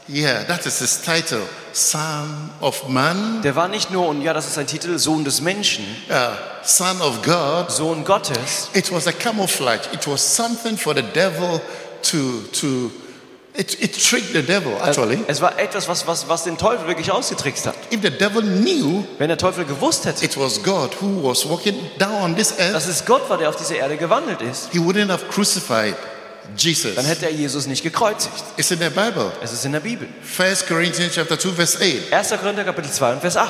[SPEAKER 1] yeah, that is his title, Son of Man,
[SPEAKER 2] der war nicht nur, und ja, das ist ein Titel, Sohn des Menschen,
[SPEAKER 1] uh, Son of God.
[SPEAKER 2] Sohn Gottes.
[SPEAKER 1] It was a camouflage. It was something for the devil to, to it, it tricked the devil, actually.
[SPEAKER 2] Es war etwas, was, was, was den Teufel wirklich ausgetrickst hat.
[SPEAKER 1] If the devil knew
[SPEAKER 2] Wenn der Teufel gewusst hätte,
[SPEAKER 1] it was God who was walking down on this earth,
[SPEAKER 2] dass es Gott war, der auf dieser Erde gewandelt ist,
[SPEAKER 1] he wouldn't have crucified
[SPEAKER 2] dann
[SPEAKER 1] Jesus.
[SPEAKER 2] hätte er Jesus nicht gekreuzigt.
[SPEAKER 1] It's in the Bible.
[SPEAKER 2] Es ist in der Bibel.
[SPEAKER 1] 1 Corinthians chapter 2, verse 8.
[SPEAKER 2] 1. Korinther Kapitel 2 und Vers 8.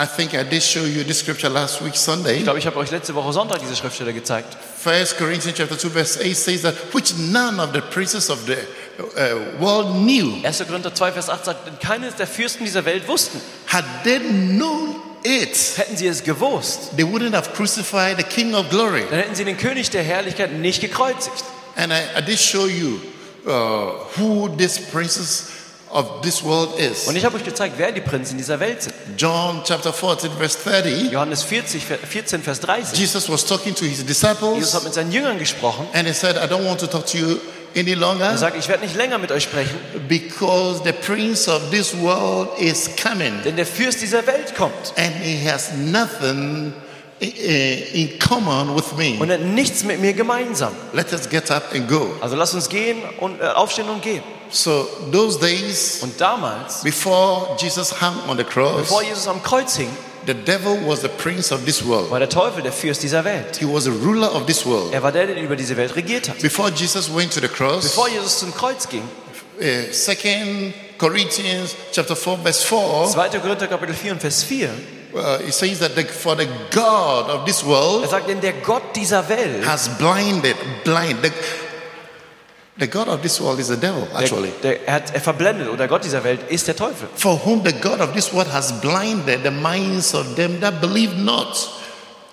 [SPEAKER 1] I think I did show you this scripture last week, Sunday.
[SPEAKER 2] Ich glaube, ich habe euch letzte Woche Sonntag diese Schriftstelle gezeigt.
[SPEAKER 1] 1 Corinthians chapter 2 verse 8 says that which none of the princes of the uh, world knew
[SPEAKER 2] 1. Korinther 2, Vers 8 sagt, denn keines der Fürsten dieser Welt wussten.
[SPEAKER 1] had they known it
[SPEAKER 2] Hätten sie es gewusst,
[SPEAKER 1] they wouldn't have crucified the king of glory
[SPEAKER 2] dann hätten sie den König der Herrlichkeit nicht gekreuzigt.
[SPEAKER 1] and I, I did show you uh, who this princes of this world
[SPEAKER 2] Und
[SPEAKER 1] is
[SPEAKER 2] ich habe euch gezeigt, wer die Prinzen dieser Welt sind.
[SPEAKER 1] John chapter 14 verse 30
[SPEAKER 2] Johannes 40, Ver- 14, Vers 30.
[SPEAKER 1] Jesus was talking to his
[SPEAKER 2] Jesus hat
[SPEAKER 1] disciples
[SPEAKER 2] mit seinen Jüngern gesprochen.
[SPEAKER 1] and he said I don't want to talk to you any
[SPEAKER 2] Er
[SPEAKER 1] longer
[SPEAKER 2] sagt, ich werde nicht länger mit euch sprechen,
[SPEAKER 1] because the prince of this world is coming
[SPEAKER 2] denn der Fürst dieser Welt kommt
[SPEAKER 1] and he has nothing i- i- in common with me.
[SPEAKER 2] und hat nichts mit mir gemeinsam.
[SPEAKER 1] Let us get up and go.
[SPEAKER 2] Also lasst uns gehen und äh, aufstehen und gehen.
[SPEAKER 1] So those days
[SPEAKER 2] Und damals,
[SPEAKER 1] before Jesus hung on the cross,
[SPEAKER 2] bevor Jesus am Kreuz hing,
[SPEAKER 1] the devil was the prince of this world.
[SPEAKER 2] war der Teufel der Fürst dieser Welt.
[SPEAKER 1] He was a ruler of this world.
[SPEAKER 2] Er war der, der über diese Welt regiert hat.
[SPEAKER 1] Before Jesus went to the cross,
[SPEAKER 2] Bevor Jesus zum Kreuz ging,
[SPEAKER 1] uh, Second Corinthians chapter four verse four,
[SPEAKER 2] 2. Korinther Kapitel 4 und Vers 4,
[SPEAKER 1] uh, it says that the, for the God of this
[SPEAKER 2] er
[SPEAKER 1] world
[SPEAKER 2] sagt, denn der Gott dieser Welt
[SPEAKER 1] has blinded, blind. The, The God of this world is the devil, actually.
[SPEAKER 2] Der, der, er, hat, er verblendet, oder Gott dieser Welt ist der Teufel.
[SPEAKER 1] For whom the God of this world has blinded the minds of them that believe not.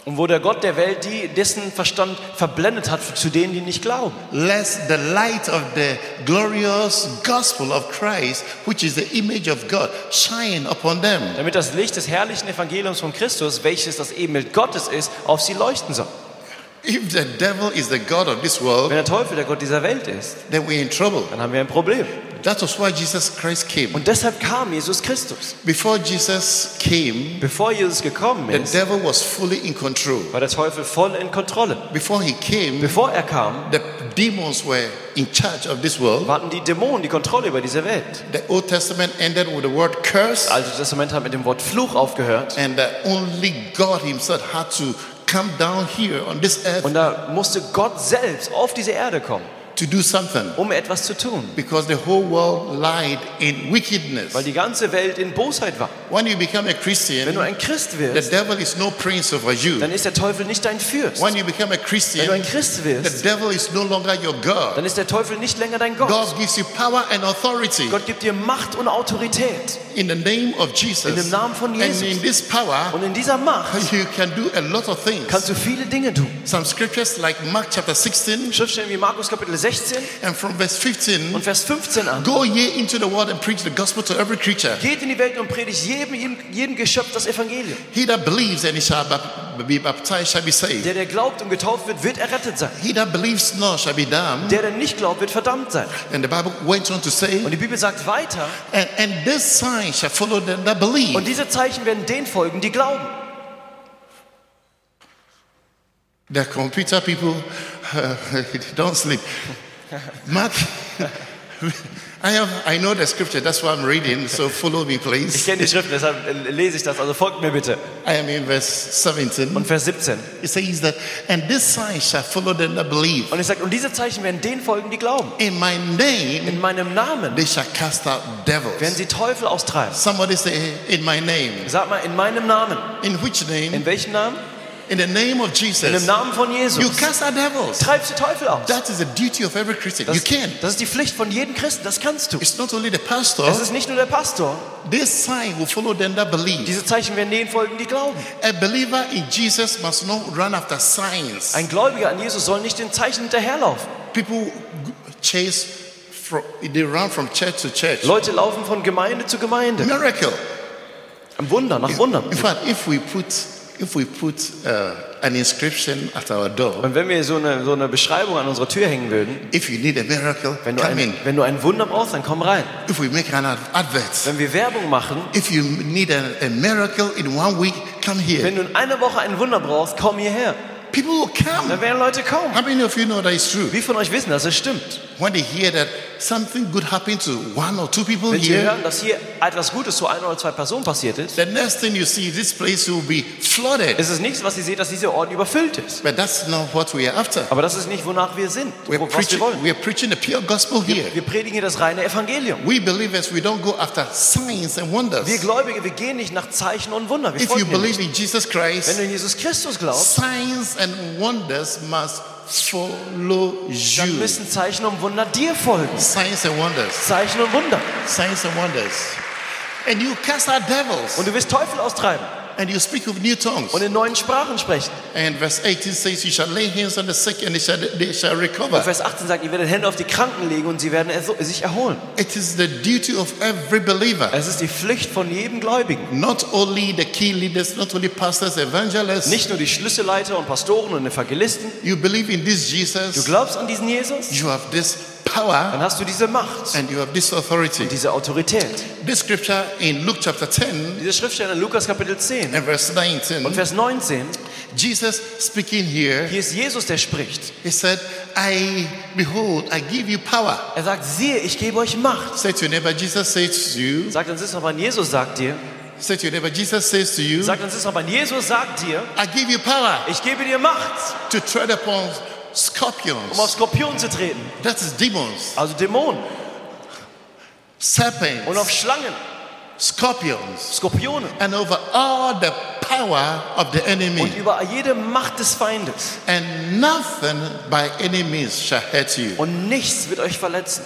[SPEAKER 2] Und wo der Gott der Welt die, dessen Verstand verblendet hat zu denen, die nicht glauben.
[SPEAKER 1] lest the light of the glorious gospel of Christ, which is the image of God, shine upon them.
[SPEAKER 2] Damit das Licht des herrlichen Evangeliums von Christus, welches das Ebenbild Gottes ist, auf sie leuchten soll.
[SPEAKER 1] If the devil is the God of this world,
[SPEAKER 2] Wenn der Teufel der Gott dieser Welt ist,
[SPEAKER 1] then we're in trouble.
[SPEAKER 2] dann haben wir ein Problem.
[SPEAKER 1] That was why Jesus Christ came.
[SPEAKER 2] Und deshalb kam Jesus Christus.
[SPEAKER 1] Before Jesus came,
[SPEAKER 2] Bevor Jesus gekommen
[SPEAKER 1] the
[SPEAKER 2] ist,
[SPEAKER 1] devil was fully in control.
[SPEAKER 2] war der Teufel voll in Kontrolle.
[SPEAKER 1] Before he came,
[SPEAKER 2] Bevor er kam,
[SPEAKER 1] the demons were in charge of this world.
[SPEAKER 2] hatten die Dämonen die Kontrolle über diese Welt.
[SPEAKER 1] The Old Testament ended with the word curse,
[SPEAKER 2] Also das Testament hat mit dem Wort Fluch aufgehört.
[SPEAKER 1] and that only God Himself had to come down here on this earth
[SPEAKER 2] Und da musste Gott selbst auf diese Erde kommen,
[SPEAKER 1] to do something.
[SPEAKER 2] um etwas zu tun.
[SPEAKER 1] Because the whole world lied in wickedness.
[SPEAKER 2] Weil die ganze Welt in Bosheit war.
[SPEAKER 1] When you become a
[SPEAKER 2] Wenn du
[SPEAKER 1] Christian,
[SPEAKER 2] ein Christ
[SPEAKER 1] the
[SPEAKER 2] wirst,
[SPEAKER 1] devil is no prince over you.
[SPEAKER 2] dann ist der Teufel nicht dein Fürst.
[SPEAKER 1] When you become a
[SPEAKER 2] Wenn du ein
[SPEAKER 1] Christian,
[SPEAKER 2] Christ
[SPEAKER 1] the
[SPEAKER 2] wirst,
[SPEAKER 1] devil is no longer your God.
[SPEAKER 2] dann ist der Teufel nicht länger dein Gott.
[SPEAKER 1] God gives you power and authority
[SPEAKER 2] Gott gibt dir Macht und Autorität.
[SPEAKER 1] in the name of
[SPEAKER 2] In dem
[SPEAKER 1] Jesus.
[SPEAKER 2] Namen von
[SPEAKER 1] And
[SPEAKER 2] Jesus.
[SPEAKER 1] in this power,
[SPEAKER 2] Und in dieser Macht
[SPEAKER 1] you can do a lot of things.
[SPEAKER 2] kannst du viele Dinge tun.
[SPEAKER 1] Some scriptures like Mark chapter 16
[SPEAKER 2] Schriftstellen wie Markus Kapitel 16
[SPEAKER 1] and from verse 15
[SPEAKER 2] und Vers 15 an.
[SPEAKER 1] Go ye into the world and preach the gospel to every creature.
[SPEAKER 2] Geht in die Welt und predigt jedem, jedem, jedem Geschöpf das Evangelium.
[SPEAKER 1] He that believes and he shall bap- be baptized shall be saved.
[SPEAKER 2] Der, der glaubt und getauft wird, wird errettet sein.
[SPEAKER 1] He that believes not shall be damned.
[SPEAKER 2] Der, der nicht glaubt, wird verdammt sein.
[SPEAKER 1] And the Bible went on to say,
[SPEAKER 2] Und die Bibel sagt weiter,
[SPEAKER 1] and, and this sign shall follow them that believe.
[SPEAKER 2] und diese Zeichen werden denen folgen, die glauben.
[SPEAKER 1] The computer people uh, don't sleep. Mark, I, have, I know the scripture, that's why I'm reading, so follow me,
[SPEAKER 2] Ich
[SPEAKER 1] please.
[SPEAKER 2] kenne die Schrift, deshalb äh, lese ich das, also folgt mir bitte.
[SPEAKER 1] I am in verse 17.
[SPEAKER 2] Und Vers 17.
[SPEAKER 1] It says that, and this sign shall follow them that believe.
[SPEAKER 2] Und es sagt, und diese Zeichen werden denen folgen, die glauben.
[SPEAKER 1] In my name,
[SPEAKER 2] In meinem Namen
[SPEAKER 1] they shall cast out
[SPEAKER 2] werden
[SPEAKER 1] devils.
[SPEAKER 2] sie Teufel austreiben.
[SPEAKER 1] Somebody say, in my name.
[SPEAKER 2] Sag mal, in meinem Namen.
[SPEAKER 1] In which name?
[SPEAKER 2] In welchem Namen?
[SPEAKER 1] In the name of
[SPEAKER 2] In dem
[SPEAKER 1] Jesus.
[SPEAKER 2] Namen von
[SPEAKER 1] You
[SPEAKER 2] Jesus.
[SPEAKER 1] cast out devils.
[SPEAKER 2] Treibst du Teufel aus.
[SPEAKER 1] That is the duty of every Christian.
[SPEAKER 2] Das,
[SPEAKER 1] You can.
[SPEAKER 2] das ist die Pflicht von jedem Christen, das kannst du.
[SPEAKER 1] It's not only the pastor.
[SPEAKER 2] Es ist nicht nur der Pastor.
[SPEAKER 1] This sign will follow them that believe.
[SPEAKER 2] Diese Zeichen werden denen folgen, die glauben.
[SPEAKER 1] A believer in Jesus must not run after signs.
[SPEAKER 2] Ein Gläubiger an Jesus soll nicht den Zeichen hinterherlaufen.
[SPEAKER 1] People chase from they run from church to church.
[SPEAKER 2] Leute laufen von Gemeinde zu Gemeinde.
[SPEAKER 1] Miracle.
[SPEAKER 2] Ein Wunder nach Wundern.
[SPEAKER 1] In fact, if we put if we put uh, an inscription at our door,
[SPEAKER 2] Und wenn wir so eine, so eine Beschreibung an unsere Tür hängen würden,
[SPEAKER 1] if you need a miracle,
[SPEAKER 2] wenn du,
[SPEAKER 1] come in.
[SPEAKER 2] ein, wenn du ein Wunder brauchst, dann komm rein.
[SPEAKER 1] If we make an ad- advert,
[SPEAKER 2] Wenn wir Werbung machen,
[SPEAKER 1] if you need a, a miracle in one week, come here.
[SPEAKER 2] wenn du in einer Woche ein Wunder brauchst, komm hierher.
[SPEAKER 1] People will
[SPEAKER 2] Dann
[SPEAKER 1] come.
[SPEAKER 2] werden Leute kommen.
[SPEAKER 1] How many of you know that it's true?
[SPEAKER 2] Wie von euch wissen, dass es stimmt?
[SPEAKER 1] When they hear that something good happened to one or two people
[SPEAKER 2] Wenn Sie
[SPEAKER 1] here,
[SPEAKER 2] hören, dass hier etwas Gutes zu einer oder zwei Personen passiert ist,
[SPEAKER 1] The next thing you see, this place will be flooded.
[SPEAKER 2] ist es nichts, was Sie sehen, dass dieser Ort überfüllt ist.
[SPEAKER 1] But that's not what we are after.
[SPEAKER 2] Aber das ist nicht, wonach wir sind,
[SPEAKER 1] We're
[SPEAKER 2] wo- was wir
[SPEAKER 1] preaching,
[SPEAKER 2] wollen.
[SPEAKER 1] we are preaching the pure gospel here.
[SPEAKER 2] Wir predigen hier das reine Evangelium.
[SPEAKER 1] We believers, we don't go after signs and
[SPEAKER 2] Wir
[SPEAKER 1] wonders.
[SPEAKER 2] Gläubige, wir gehen nicht nach Zeichen und Wunder. Wir
[SPEAKER 1] If you
[SPEAKER 2] folgen ihnen nicht.
[SPEAKER 1] believe in Jesus
[SPEAKER 2] Wenn
[SPEAKER 1] Christ,
[SPEAKER 2] du in Jesus Christus glaubst,
[SPEAKER 1] signs and wonders must follow
[SPEAKER 2] dann
[SPEAKER 1] you.
[SPEAKER 2] müssen Zeichen und Wunder dir folgen.
[SPEAKER 1] Signs and wonders.
[SPEAKER 2] Zeichen und Wunder.
[SPEAKER 1] Signs and wonders. And you cast out
[SPEAKER 2] Und
[SPEAKER 1] devils.
[SPEAKER 2] du wirst Teufel austreiben
[SPEAKER 1] And you speak with new tongues.
[SPEAKER 2] und in neuen Sprachen sprechen.
[SPEAKER 1] And verse 18 says, You shall lay hands on the sick and they shall, they shall
[SPEAKER 2] Und
[SPEAKER 1] recover.
[SPEAKER 2] Vers 18 sagt, ihr werdet Hände auf die Kranken legen und sie werden erso- sich erholen.
[SPEAKER 1] It is the duty of every believer.
[SPEAKER 2] Es ist die Pflicht von jedem Gläubigen.
[SPEAKER 1] Not only the key leaders, not only pastors, evangelists.
[SPEAKER 2] Nicht nur die Schlüsselleiter und Pastoren und Evangelisten.
[SPEAKER 1] You believe in this
[SPEAKER 2] Du
[SPEAKER 1] Jesus,
[SPEAKER 2] glaubst an diesen Jesus,
[SPEAKER 1] you have this power
[SPEAKER 2] dann hast du diese Macht,
[SPEAKER 1] and you have this authority.
[SPEAKER 2] diese Autorität.
[SPEAKER 1] This scripture in Luke chapter 10
[SPEAKER 2] Diese Schriftstelle in Lukas Kapitel 10
[SPEAKER 1] and verse
[SPEAKER 2] und
[SPEAKER 1] 19,
[SPEAKER 2] Vers 19,
[SPEAKER 1] Jesus speaking here,
[SPEAKER 2] hier ist Jesus, der spricht.
[SPEAKER 1] he said, I behold, I give you power.
[SPEAKER 2] Er sagt, siehe, ich gebe euch Macht.
[SPEAKER 1] Say to your neighbor, Jesus says to you,
[SPEAKER 2] Sagt uns ist aber Jesus sagt dir,
[SPEAKER 1] say to your neighbor, Jesus says to you,
[SPEAKER 2] sagt uns ist aber Jesus sagt dir,
[SPEAKER 1] I give you power
[SPEAKER 2] ich gebe dir Macht,
[SPEAKER 1] to tread upon
[SPEAKER 2] um auf
[SPEAKER 1] scorpions,
[SPEAKER 2] Skorpion zu treten,
[SPEAKER 1] that is demons,
[SPEAKER 2] also Dämonen,
[SPEAKER 1] serpents,
[SPEAKER 2] und auf Schlangen,
[SPEAKER 1] scorpions,
[SPEAKER 2] Skorpione
[SPEAKER 1] and over all the power of the
[SPEAKER 2] und
[SPEAKER 1] enemy,
[SPEAKER 2] über jede Macht des Feindes.
[SPEAKER 1] and nothing by any means shall hurt you.
[SPEAKER 2] Und nichts wird euch verletzen.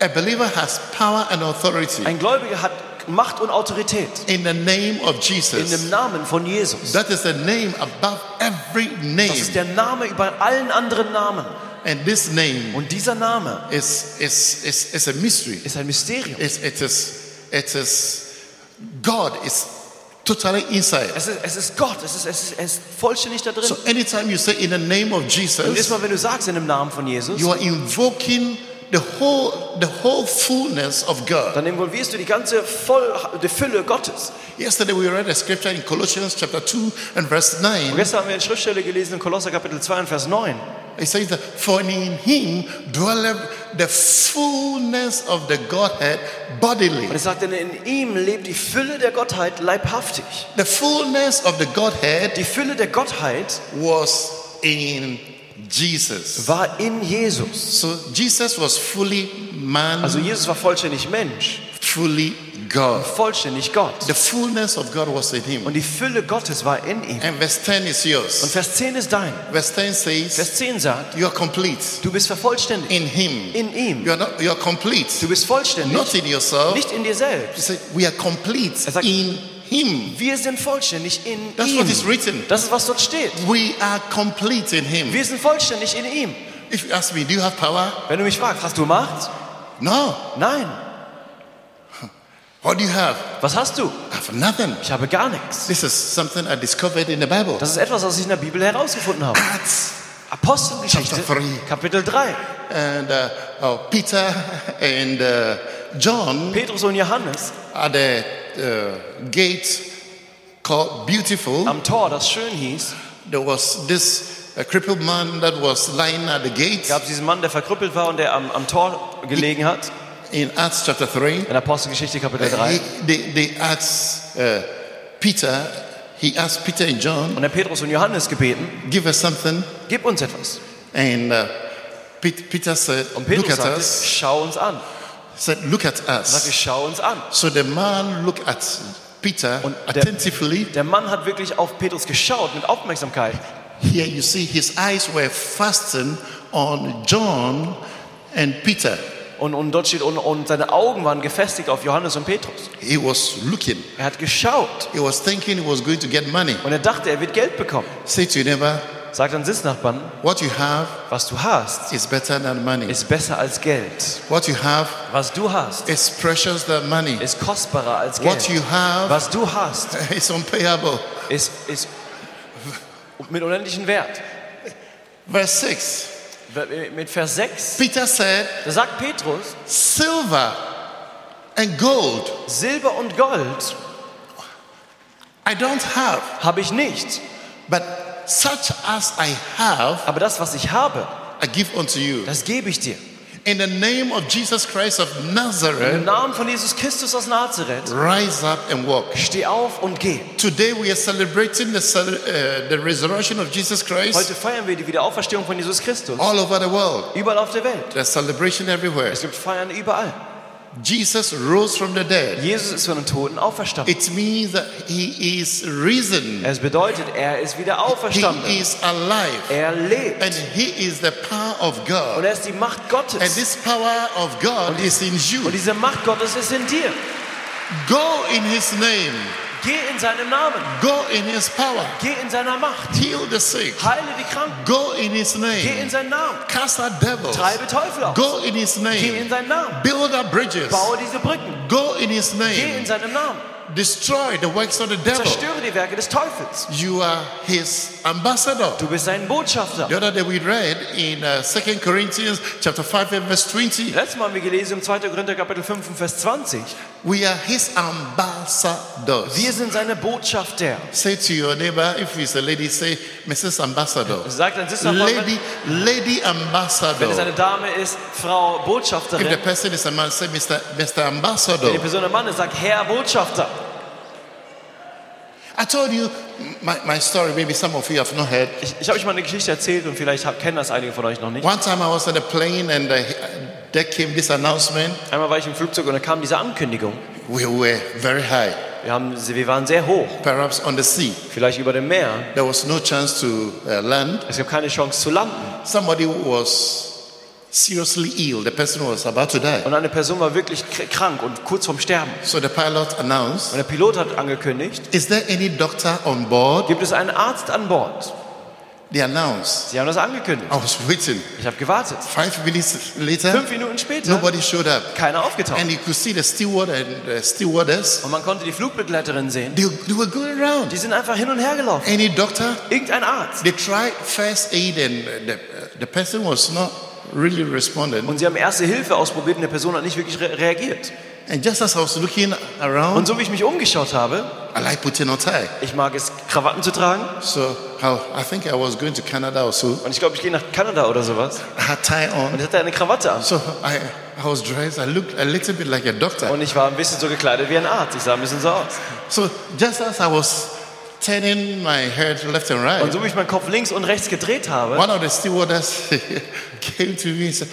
[SPEAKER 1] A believer has power and authority
[SPEAKER 2] Ein Gläubiger hat Macht und Autorität
[SPEAKER 1] in the name of
[SPEAKER 2] in dem
[SPEAKER 1] Jesus.
[SPEAKER 2] Namen von Jesus.
[SPEAKER 1] That is the name above every
[SPEAKER 2] Das ist
[SPEAKER 1] name,
[SPEAKER 2] der Name über allen anderen Namen.
[SPEAKER 1] and this name
[SPEAKER 2] Und dieser Name
[SPEAKER 1] is is is, is a mystery.
[SPEAKER 2] ist ein Mysterium.
[SPEAKER 1] It's, it is it is God is totally inside.
[SPEAKER 2] Es ist, es ist Gott, es ist, es, ist, es ist vollständig da drin.
[SPEAKER 1] So anytime you say in the name of
[SPEAKER 2] Und
[SPEAKER 1] Jesus,
[SPEAKER 2] erstmal, wenn du sagst in dem Namen von Jesus,
[SPEAKER 1] you are invoking the whole the whole fullness of God.
[SPEAKER 2] dann involvierst du die ganze Voll die Fülle Gottes.
[SPEAKER 1] Yesterday we read a scripture in Colossians chapter 2 and verse
[SPEAKER 2] Und
[SPEAKER 1] 9.
[SPEAKER 2] gestern haben wir eine Schriftstelle gelesen in Kolosser Kapitel 2 und Vers 9.
[SPEAKER 1] It says that for in him dwelleth the fullness of the Godhead bodily.
[SPEAKER 2] Und es sagt, denn in ihm lebt die Fülle der Gottheit leibhaftig.
[SPEAKER 1] The fullness of the Godhead
[SPEAKER 2] Die Fülle der Gottheit
[SPEAKER 1] was in Jesus.
[SPEAKER 2] war in Jesus.
[SPEAKER 1] So Jesus was fully man,
[SPEAKER 2] Also Jesus war vollständig Mensch,
[SPEAKER 1] fully God.
[SPEAKER 2] vollständig Gott.
[SPEAKER 1] The fullness of God was in him.
[SPEAKER 2] Und die Fülle Gottes war in ihm.
[SPEAKER 1] And verse 10 is
[SPEAKER 2] Und
[SPEAKER 1] yours.
[SPEAKER 2] Vers 10 ist dein.
[SPEAKER 1] Verse 10 says,
[SPEAKER 2] Vers 10 sagt,
[SPEAKER 1] You are complete
[SPEAKER 2] du bist vervollständigt
[SPEAKER 1] in him.
[SPEAKER 2] in ihm.
[SPEAKER 1] You are, not, you are complete,
[SPEAKER 2] Du bist vollständig,
[SPEAKER 1] not in yourself.
[SPEAKER 2] nicht in dir
[SPEAKER 1] He
[SPEAKER 2] selbst.
[SPEAKER 1] said, We are complete
[SPEAKER 2] Er sagt-
[SPEAKER 1] in him.
[SPEAKER 2] Wir sind vollständig in
[SPEAKER 1] That's what is
[SPEAKER 2] ihm.
[SPEAKER 1] written.
[SPEAKER 2] Das ist, was dort steht.
[SPEAKER 1] We are complete in him.
[SPEAKER 2] Wir sind vollständig in ihm.
[SPEAKER 1] If you ask me, Do you have power?
[SPEAKER 2] Wenn du mich fragst, hast du Macht?
[SPEAKER 1] No.
[SPEAKER 2] Nein.
[SPEAKER 1] What do you have?
[SPEAKER 2] Was hast du?
[SPEAKER 1] I have nothing.
[SPEAKER 2] Ich habe gar nichts.
[SPEAKER 1] This is something I discovered in the Bible.
[SPEAKER 2] Das ist etwas, was ich in der Bibel herausgefunden habe.
[SPEAKER 1] Acts
[SPEAKER 2] Apostelgeschichte,
[SPEAKER 1] Chapter three.
[SPEAKER 2] Kapitel 3.
[SPEAKER 1] and uh, oh, Peter and uh, John
[SPEAKER 2] Petrus und Johannes
[SPEAKER 1] at the uh, gate called Beautiful.
[SPEAKER 2] am Tor, das schön hieß,
[SPEAKER 1] There was this uh, crippled man that was lying at the gate
[SPEAKER 2] gab es diesen Mann, der verkrüppelt war und der am, am Tor gelegen hat.
[SPEAKER 1] in Acts chapter 3.
[SPEAKER 2] In Apostelgeschichte, Kapitel 3.
[SPEAKER 1] He- they, they asked uh, Peter, he asked Peter and John,
[SPEAKER 2] Und der Petrus und Johannes gebeten,
[SPEAKER 1] give us something.
[SPEAKER 2] gib uns etwas.
[SPEAKER 1] And uh, Pet- Peter said,
[SPEAKER 2] Und
[SPEAKER 1] look
[SPEAKER 2] Petrus
[SPEAKER 1] at
[SPEAKER 2] sagte,
[SPEAKER 1] us.
[SPEAKER 2] schau uns an.
[SPEAKER 1] said, look at
[SPEAKER 2] Er sagte,
[SPEAKER 1] us.
[SPEAKER 2] schau uns an.
[SPEAKER 1] So the man looked at Peter
[SPEAKER 2] Und der-
[SPEAKER 1] attentively.
[SPEAKER 2] Der Mann hat wirklich auf Petrus geschaut mit Aufmerksamkeit.
[SPEAKER 1] Here you see his eyes were fastened on John and Peter.
[SPEAKER 2] Und, und dort steht, und, und seine Augen waren gefestigt auf Johannes und Petrus.
[SPEAKER 1] He was looking.
[SPEAKER 2] Er hat geschaut
[SPEAKER 1] He was thinking he was going to get money.
[SPEAKER 2] und er dachte, er wird Geld bekommen.
[SPEAKER 1] Say to your neighbor,
[SPEAKER 2] Sagt dann Sitznachbarn,
[SPEAKER 1] what you have
[SPEAKER 2] was du hast,
[SPEAKER 1] is better than money.
[SPEAKER 2] ist besser als Geld.
[SPEAKER 1] What you have
[SPEAKER 2] Was du hast,
[SPEAKER 1] is precious than money.
[SPEAKER 2] ist kostbarer als
[SPEAKER 1] What
[SPEAKER 2] Geld.
[SPEAKER 1] you have
[SPEAKER 2] Was du hast,
[SPEAKER 1] is unpayable.
[SPEAKER 2] ist, ist mit unendlichen Wert.
[SPEAKER 1] Verse 6.
[SPEAKER 2] Mit Vers 6,
[SPEAKER 1] Peter said,
[SPEAKER 2] da sagt Petrus,
[SPEAKER 1] Silver and gold
[SPEAKER 2] Silber und Gold
[SPEAKER 1] I don't have,
[SPEAKER 2] habe ich nicht,
[SPEAKER 1] but such as I have,
[SPEAKER 2] aber das, was ich habe,
[SPEAKER 1] I give unto you.
[SPEAKER 2] das gebe ich dir.
[SPEAKER 1] In the name of Jesus Christ of
[SPEAKER 2] Im
[SPEAKER 1] Nazareth,
[SPEAKER 2] Namen von Jesus Christus aus Nazareth,
[SPEAKER 1] rise up and walk.
[SPEAKER 2] steh auf und geh.
[SPEAKER 1] Today we are celebrating the, cel- uh, the resurrection of Jesus Christ
[SPEAKER 2] Heute feiern wir die Wiederauferstehung von Jesus Christus.
[SPEAKER 1] all over the world.
[SPEAKER 2] Überall auf der Welt.
[SPEAKER 1] There's celebration everywhere.
[SPEAKER 2] Es gibt Feiern überall.
[SPEAKER 1] Jesus rose from the dead.
[SPEAKER 2] Jesus ist von den Toten auferstanden.
[SPEAKER 1] It means that he is risen.
[SPEAKER 2] Es bedeutet, er ist wieder
[SPEAKER 1] He
[SPEAKER 2] auferstanden.
[SPEAKER 1] is alive.
[SPEAKER 2] Er lebt.
[SPEAKER 1] And he is the power of
[SPEAKER 2] Und
[SPEAKER 1] God.
[SPEAKER 2] er ist die Macht
[SPEAKER 1] And
[SPEAKER 2] Gottes.
[SPEAKER 1] this power of God is in
[SPEAKER 2] Und
[SPEAKER 1] you.
[SPEAKER 2] diese Macht Gottes ist in dir.
[SPEAKER 1] Go in his name.
[SPEAKER 2] Geh in seinem Namen.
[SPEAKER 1] Go in his power.
[SPEAKER 2] Geh in seiner Macht.
[SPEAKER 1] Heal the sick.
[SPEAKER 2] Heile die Kranken.
[SPEAKER 1] Go in his
[SPEAKER 2] Geh in
[SPEAKER 1] name.
[SPEAKER 2] seinen Namen.
[SPEAKER 1] Cast out devils.
[SPEAKER 2] Treibe Teufel aus.
[SPEAKER 1] Go in his
[SPEAKER 2] Geh in
[SPEAKER 1] name.
[SPEAKER 2] seinen Namen.
[SPEAKER 1] Build up bridges.
[SPEAKER 2] Baue diese Brücken.
[SPEAKER 1] Go in his
[SPEAKER 2] Geh in
[SPEAKER 1] name.
[SPEAKER 2] seinem Namen.
[SPEAKER 1] Destroy the works of the devil.
[SPEAKER 2] Zerstöre die Werke des Teufels.
[SPEAKER 1] You are his ambassador.
[SPEAKER 2] Du bist sein Botschafter.
[SPEAKER 1] The other day we read in uh, 2 Corinthians chapter 5 and verse 20,
[SPEAKER 2] Letztes Mal haben wir gelesen im 2. Korinther Kapitel 5 und Vers 20.
[SPEAKER 1] we are his ambassadors.
[SPEAKER 2] Wir sind seine Botschafter.
[SPEAKER 1] Say to your neighbor, if it's a lady, say, Mrs. Ambassador.
[SPEAKER 2] Sagt dann Sisterpartner,
[SPEAKER 1] Lady, lady
[SPEAKER 2] wenn es
[SPEAKER 1] ambassador.
[SPEAKER 2] eine Dame ist, Frau
[SPEAKER 1] If the
[SPEAKER 2] Botschafterin.
[SPEAKER 1] person is a man, say, Mr. Mr.
[SPEAKER 2] Wenn die
[SPEAKER 1] Ambassador.
[SPEAKER 2] Person ein Mann ist, sagt Herr Botschafter.
[SPEAKER 1] I told you my, my story, maybe some of you have not heard.
[SPEAKER 2] Ich, ich habe euch mal eine Geschichte erzählt und vielleicht hab, kennen das einige von euch noch nicht.
[SPEAKER 1] One time I was on a plane and uh, there came this announcement.
[SPEAKER 2] Einmal war ich im Flugzeug und da kam diese Ankündigung.
[SPEAKER 1] We were very high. high,
[SPEAKER 2] Wir, haben, wir waren sehr hoch,
[SPEAKER 1] perhaps on the sea.
[SPEAKER 2] vielleicht über dem Meer.
[SPEAKER 1] There was no chance to uh, land.
[SPEAKER 2] Es gab keine Chance zu landen.
[SPEAKER 1] Somebody was seriously ill. The person was about to die.
[SPEAKER 2] Und eine Person war wirklich kr- krank und kurz vorm Sterben.
[SPEAKER 1] So the pilot announced,
[SPEAKER 2] Und der Pilot hat angekündigt,
[SPEAKER 1] Is there any doctor on board?
[SPEAKER 2] gibt es einen Arzt an Bord.
[SPEAKER 1] They announced.
[SPEAKER 2] Sie haben das angekündigt.
[SPEAKER 1] I was waiting.
[SPEAKER 2] Ich habe gewartet.
[SPEAKER 1] Five minutes later,
[SPEAKER 2] Fünf Minuten später,
[SPEAKER 1] nobody showed up.
[SPEAKER 2] keiner aufgetaucht.
[SPEAKER 1] And you could see the steward and the stewardess.
[SPEAKER 2] Und man konnte die Flugbegleiterin sehen.
[SPEAKER 1] They, they were going around.
[SPEAKER 2] Die sind einfach hin und her gelaufen.
[SPEAKER 1] Any doctor?
[SPEAKER 2] Irgendein Arzt.
[SPEAKER 1] They tried first aid and the, the person was not really responding.
[SPEAKER 2] Und sie haben erste Hilfe ausprobiert und der Person hat nicht wirklich re reagiert.
[SPEAKER 1] And just as I was looking
[SPEAKER 2] Und
[SPEAKER 1] around,
[SPEAKER 2] so wie ich mich umgeschaut habe,
[SPEAKER 1] I like putting on tie.
[SPEAKER 2] ich mag es, Krawatten zu tragen.
[SPEAKER 1] So how, I think I was going to Canada or so.
[SPEAKER 2] Und ich glaube, ich gehe nach Kanada oder sowas.
[SPEAKER 1] I had tie on.
[SPEAKER 2] Und ich hatte eine Krawatte an.
[SPEAKER 1] So I, I was dressed. I looked a little bit like a doctor.
[SPEAKER 2] Und ich war ein bisschen so gekleidet wie ein Arzt. Ich sah ein bisschen so aus.
[SPEAKER 1] So just as I was turning my head left and
[SPEAKER 2] Und
[SPEAKER 1] right,
[SPEAKER 2] so wie ich meinen Kopf links und rechts gedreht habe,
[SPEAKER 1] one of the stewardess came to me and said,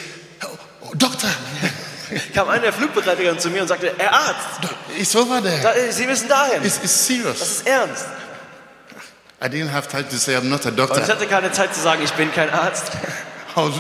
[SPEAKER 1] oh, oh, Doctor,
[SPEAKER 2] kam einer der Flugbegleiterin zu mir und sagte, Herr Arzt,
[SPEAKER 1] doc- it's over there.
[SPEAKER 2] da, äh, Sie müssen dahin.
[SPEAKER 1] It's, it's serious.
[SPEAKER 2] Das ist ernst.
[SPEAKER 1] I didn't have time to say I'm not a
[SPEAKER 2] Und ich
[SPEAKER 1] doctor.
[SPEAKER 2] hatte keine Zeit zu sagen, ich bin kein Arzt.
[SPEAKER 1] I was-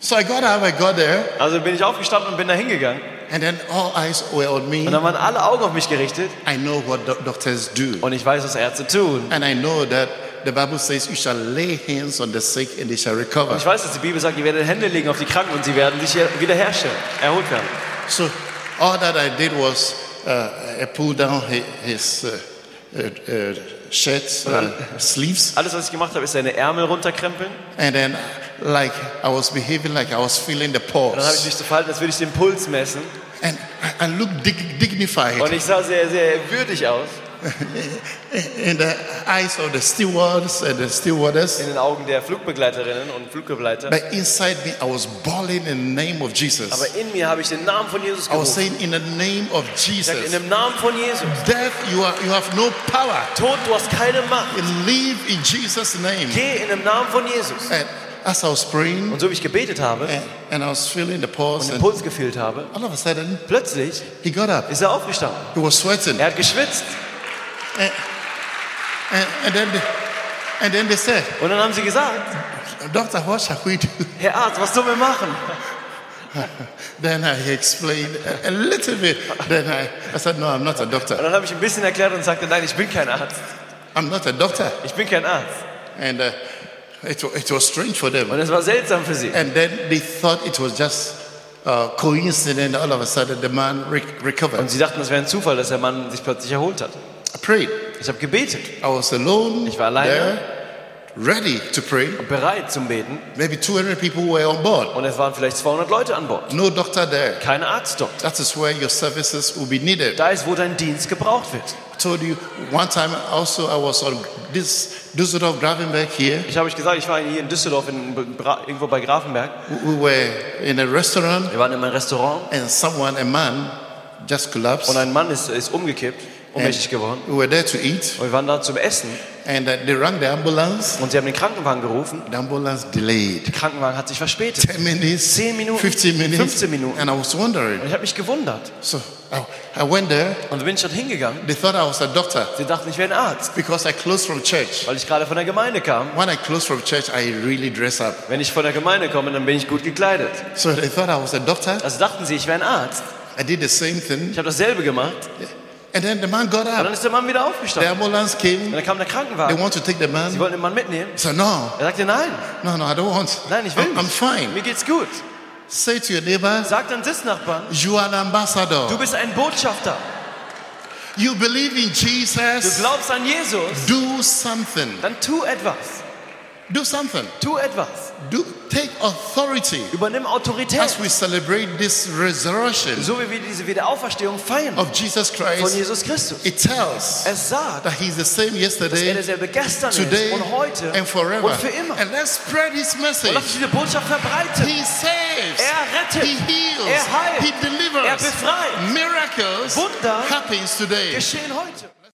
[SPEAKER 1] so I got up, I got there,
[SPEAKER 2] Also bin ich aufgestanden und bin da hingegangen.
[SPEAKER 1] and then all eyes were on me.
[SPEAKER 2] Und dann waren alle Augen auf mich gerichtet.
[SPEAKER 1] I know what doc- doctors do.
[SPEAKER 2] Und ich weiß, was Ärzte tun.
[SPEAKER 1] And I know that the Bible says you shall lay hands on the sick and they shall recover.
[SPEAKER 2] Ich weiß, dass die Bibel sagt, ihr werdet Hände legen auf die Kranken und sie werden sich hier wiederherstellen, erholt werden.
[SPEAKER 1] So all that I did was uh, I pulled down hi- his uh, uh, uh, shirt uh, sleeves
[SPEAKER 2] Alles, was ich gemacht habe, ist seine Ärmel runterkrempeln. Und
[SPEAKER 1] and then like I was behaving like I was feeling the
[SPEAKER 2] dann habe ich
[SPEAKER 1] pulse.
[SPEAKER 2] mich so verhalten, als würde ich den Puls messen.
[SPEAKER 1] And I- I looked dig- dignified
[SPEAKER 2] Und ich sah sehr, sehr würdig aus
[SPEAKER 1] in the eyes of the stewards and the stewardess.
[SPEAKER 2] in den Augen der Flugbegleiterinnen und Flugbegleiter.
[SPEAKER 1] But inside me, I was bawling in the name of Jesus.
[SPEAKER 2] Aber in mir habe ich den Namen von Jesus
[SPEAKER 1] I was saying,
[SPEAKER 2] gerufen.
[SPEAKER 1] in the name of
[SPEAKER 2] Ich sagte, in
[SPEAKER 1] Jesus,
[SPEAKER 2] dem Namen von Jesus.
[SPEAKER 1] death, you, are, you have no power.
[SPEAKER 2] Tod, du hast keine Macht.
[SPEAKER 1] Live in Jesus' name.
[SPEAKER 2] Geh in dem Namen von Jesus.
[SPEAKER 1] And as I was praying
[SPEAKER 2] Und so wie ich gebetet habe
[SPEAKER 1] and, and I was feeling the pulse,
[SPEAKER 2] und den
[SPEAKER 1] and
[SPEAKER 2] Puls gefühlt habe,
[SPEAKER 1] all of a sudden
[SPEAKER 2] plötzlich
[SPEAKER 1] he got up.
[SPEAKER 2] ist er aufgestanden.
[SPEAKER 1] He was sweating.
[SPEAKER 2] Er hat geschwitzt.
[SPEAKER 1] And, and, then, they, and then they said,
[SPEAKER 2] Und dann haben sie gesagt,
[SPEAKER 1] Doctor, what shall we do?
[SPEAKER 2] Herr Arzt, was sollen wir machen?
[SPEAKER 1] Then I explained a, a little bit. Then I, I said, No, I'm not a
[SPEAKER 2] Und
[SPEAKER 1] doctor.
[SPEAKER 2] dann habe ich ein bisschen erklärt und sagte, nein, ich bin kein Arzt.
[SPEAKER 1] I'm not a doctor.
[SPEAKER 2] Ich bin kein Arzt.
[SPEAKER 1] And uh, it, wa- it was strange for them.
[SPEAKER 2] Und es war seltsam für sie.
[SPEAKER 1] And then they thought it was just uh, coincidence. All of a sudden, the man re-
[SPEAKER 2] Und
[SPEAKER 1] recovered.
[SPEAKER 2] sie dachten, es wäre ein Zufall, dass der Mann sich plötzlich erholt hat.
[SPEAKER 1] I prayed.
[SPEAKER 2] Ich habe gebetet,
[SPEAKER 1] I was alone
[SPEAKER 2] Ich war alleine.
[SPEAKER 1] there, ready to pray.
[SPEAKER 2] bereit zum Beten.
[SPEAKER 1] Maybe 200 people were on board.
[SPEAKER 2] Und es waren vielleicht 200 Leute an Bord.
[SPEAKER 1] No doctor there.
[SPEAKER 2] Kein Arzt dort.
[SPEAKER 1] That is where your services will be needed.
[SPEAKER 2] Da ist, wo dein Dienst gebraucht wird.
[SPEAKER 1] I told you one time also I was on this Düsseldorf Gravenberg here.
[SPEAKER 2] Ich habe euch gesagt, ich war hier in Düsseldorf, in, Bra- irgendwo bei Grafenberg.
[SPEAKER 1] We were in a restaurant
[SPEAKER 2] Wir waren in einem Restaurant
[SPEAKER 1] and someone, a man, just collapsed.
[SPEAKER 2] und ein Mann ist, ist umgekippt, ohnmächtig geworden.
[SPEAKER 1] We were there to eat
[SPEAKER 2] Und wir waren da zum Essen
[SPEAKER 1] and uh, they rang the ambulance.
[SPEAKER 2] und sie haben den Krankenwagen gerufen.
[SPEAKER 1] The ambulance delayed.
[SPEAKER 2] Der Krankenwagen hat sich verspätet.
[SPEAKER 1] 10 minutes,
[SPEAKER 2] 10 Minuten,
[SPEAKER 1] 15 minutes.
[SPEAKER 2] 15 Minuten.
[SPEAKER 1] And I was wondering.
[SPEAKER 2] Und ich habe mich gewundert.
[SPEAKER 1] So I, I went there.
[SPEAKER 2] Und so bin ich dort hingegangen.
[SPEAKER 1] They thought I was a doctor
[SPEAKER 2] Sie dachten, ich wäre ein Arzt,
[SPEAKER 1] because I closed from church.
[SPEAKER 2] weil ich gerade von der Gemeinde kam.
[SPEAKER 1] When I close from church, I really dress up.
[SPEAKER 2] Wenn ich von der Gemeinde komme, dann bin ich gut gekleidet.
[SPEAKER 1] So they thought I was a doctor.
[SPEAKER 2] Also dachten sie, ich wäre ein Arzt.
[SPEAKER 1] I did the same thing.
[SPEAKER 2] Ich habe dasselbe gemacht.
[SPEAKER 1] And then the man got
[SPEAKER 2] Und
[SPEAKER 1] up.
[SPEAKER 2] dann ist der Mann wieder
[SPEAKER 1] The
[SPEAKER 2] aufgestanden.
[SPEAKER 1] ambulance
[SPEAKER 2] Und
[SPEAKER 1] came.
[SPEAKER 2] dann kam der
[SPEAKER 1] They
[SPEAKER 2] Krankenwagen.
[SPEAKER 1] want to take the
[SPEAKER 2] Sie
[SPEAKER 1] man.
[SPEAKER 2] wollten den Mann mitnehmen.
[SPEAKER 1] So no,
[SPEAKER 2] Er sagte, nein,
[SPEAKER 1] no, no, I don't want.
[SPEAKER 2] nein, ich will
[SPEAKER 1] I'm,
[SPEAKER 2] nicht.
[SPEAKER 1] I'm fine.
[SPEAKER 2] Mir geht's gut.
[SPEAKER 1] Say to your neighbor,
[SPEAKER 2] Sag deinen Sitznachbarn,
[SPEAKER 1] you are an
[SPEAKER 2] du
[SPEAKER 1] ambassador.
[SPEAKER 2] bist ein Botschafter.
[SPEAKER 1] You believe in
[SPEAKER 2] Du
[SPEAKER 1] Jesus.
[SPEAKER 2] glaubst an Jesus.
[SPEAKER 1] Do something.
[SPEAKER 2] Dann tu etwas.
[SPEAKER 1] Do something.
[SPEAKER 2] Tu etwas.
[SPEAKER 1] Do take authority
[SPEAKER 2] Übernimm Autorität.
[SPEAKER 1] as we celebrate this resurrection
[SPEAKER 2] So wie wir diese Wiederauferstehung feiern
[SPEAKER 1] of Jesus
[SPEAKER 2] von
[SPEAKER 1] Christ.
[SPEAKER 2] Jesus Christus.
[SPEAKER 1] It tells
[SPEAKER 2] Es sagt,
[SPEAKER 1] that He's the same
[SPEAKER 2] dass er
[SPEAKER 1] yesterday,
[SPEAKER 2] derselbe gestern
[SPEAKER 1] today
[SPEAKER 2] ist und heute
[SPEAKER 1] and forever.
[SPEAKER 2] und für immer.
[SPEAKER 1] And let's spread his
[SPEAKER 2] Und lass
[SPEAKER 1] message.
[SPEAKER 2] uns diese Botschaft verbreiten.
[SPEAKER 1] He saves.
[SPEAKER 2] Er rettet.
[SPEAKER 1] He heals.
[SPEAKER 2] Er heilt.
[SPEAKER 1] He delivers.
[SPEAKER 2] Er befreit.
[SPEAKER 1] Miracles
[SPEAKER 2] Wunder
[SPEAKER 1] happens today.
[SPEAKER 2] Geschehen heute.